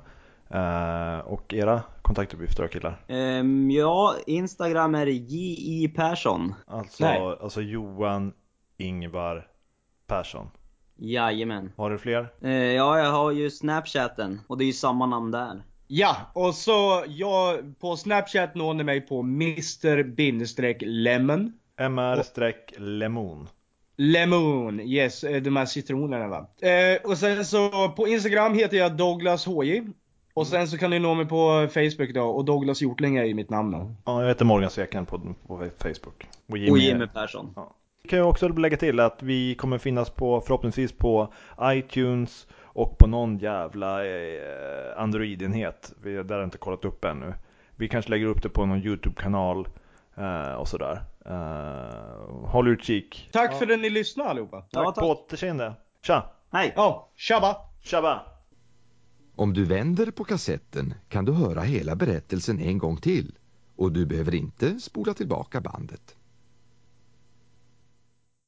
Speaker 1: Eh, och era kontaktuppgifter då killar?
Speaker 3: Ehm, ja, Instagram är J.I. Persson.
Speaker 1: Alltså,
Speaker 4: Nej.
Speaker 1: alltså Johan Ingvar Persson.
Speaker 3: Jajamän.
Speaker 1: Har du fler?
Speaker 3: Eh, ja, jag har ju Snapchatten och det är ju samma namn där.
Speaker 4: Ja, och så jag, på Snapchat når ni mig på mr-lemon.
Speaker 1: MR-lemon.
Speaker 4: Lemon, yes, eh, de här citronerna va. Eh, och sen så på Instagram heter jag Douglas HJ. Och sen så kan ni nå mig på Facebook då och Douglas Hjortling är ju mitt namn då.
Speaker 1: Ja, jag heter Morgan Seken på, på Facebook. Och
Speaker 3: Och Jimmy Persson.
Speaker 1: Vi kan ju också lägga till att vi kommer finnas på förhoppningsvis på iTunes och på någon jävla eh, Android-enhet. Vi, där har jag inte kollat upp ännu. Vi kanske lägger upp det på någon YouTube-kanal eh, och sådär. Eh, håll utkik.
Speaker 4: Tack för att ni lyssnade allihopa.
Speaker 3: Ja,
Speaker 1: Tack på
Speaker 3: tack.
Speaker 1: återseende. Tja!
Speaker 3: Hej!
Speaker 4: Ja, tjabba!
Speaker 1: Tjabba!
Speaker 2: Om du vänder på kassetten kan du höra hela berättelsen en gång till och du behöver inte spola tillbaka bandet.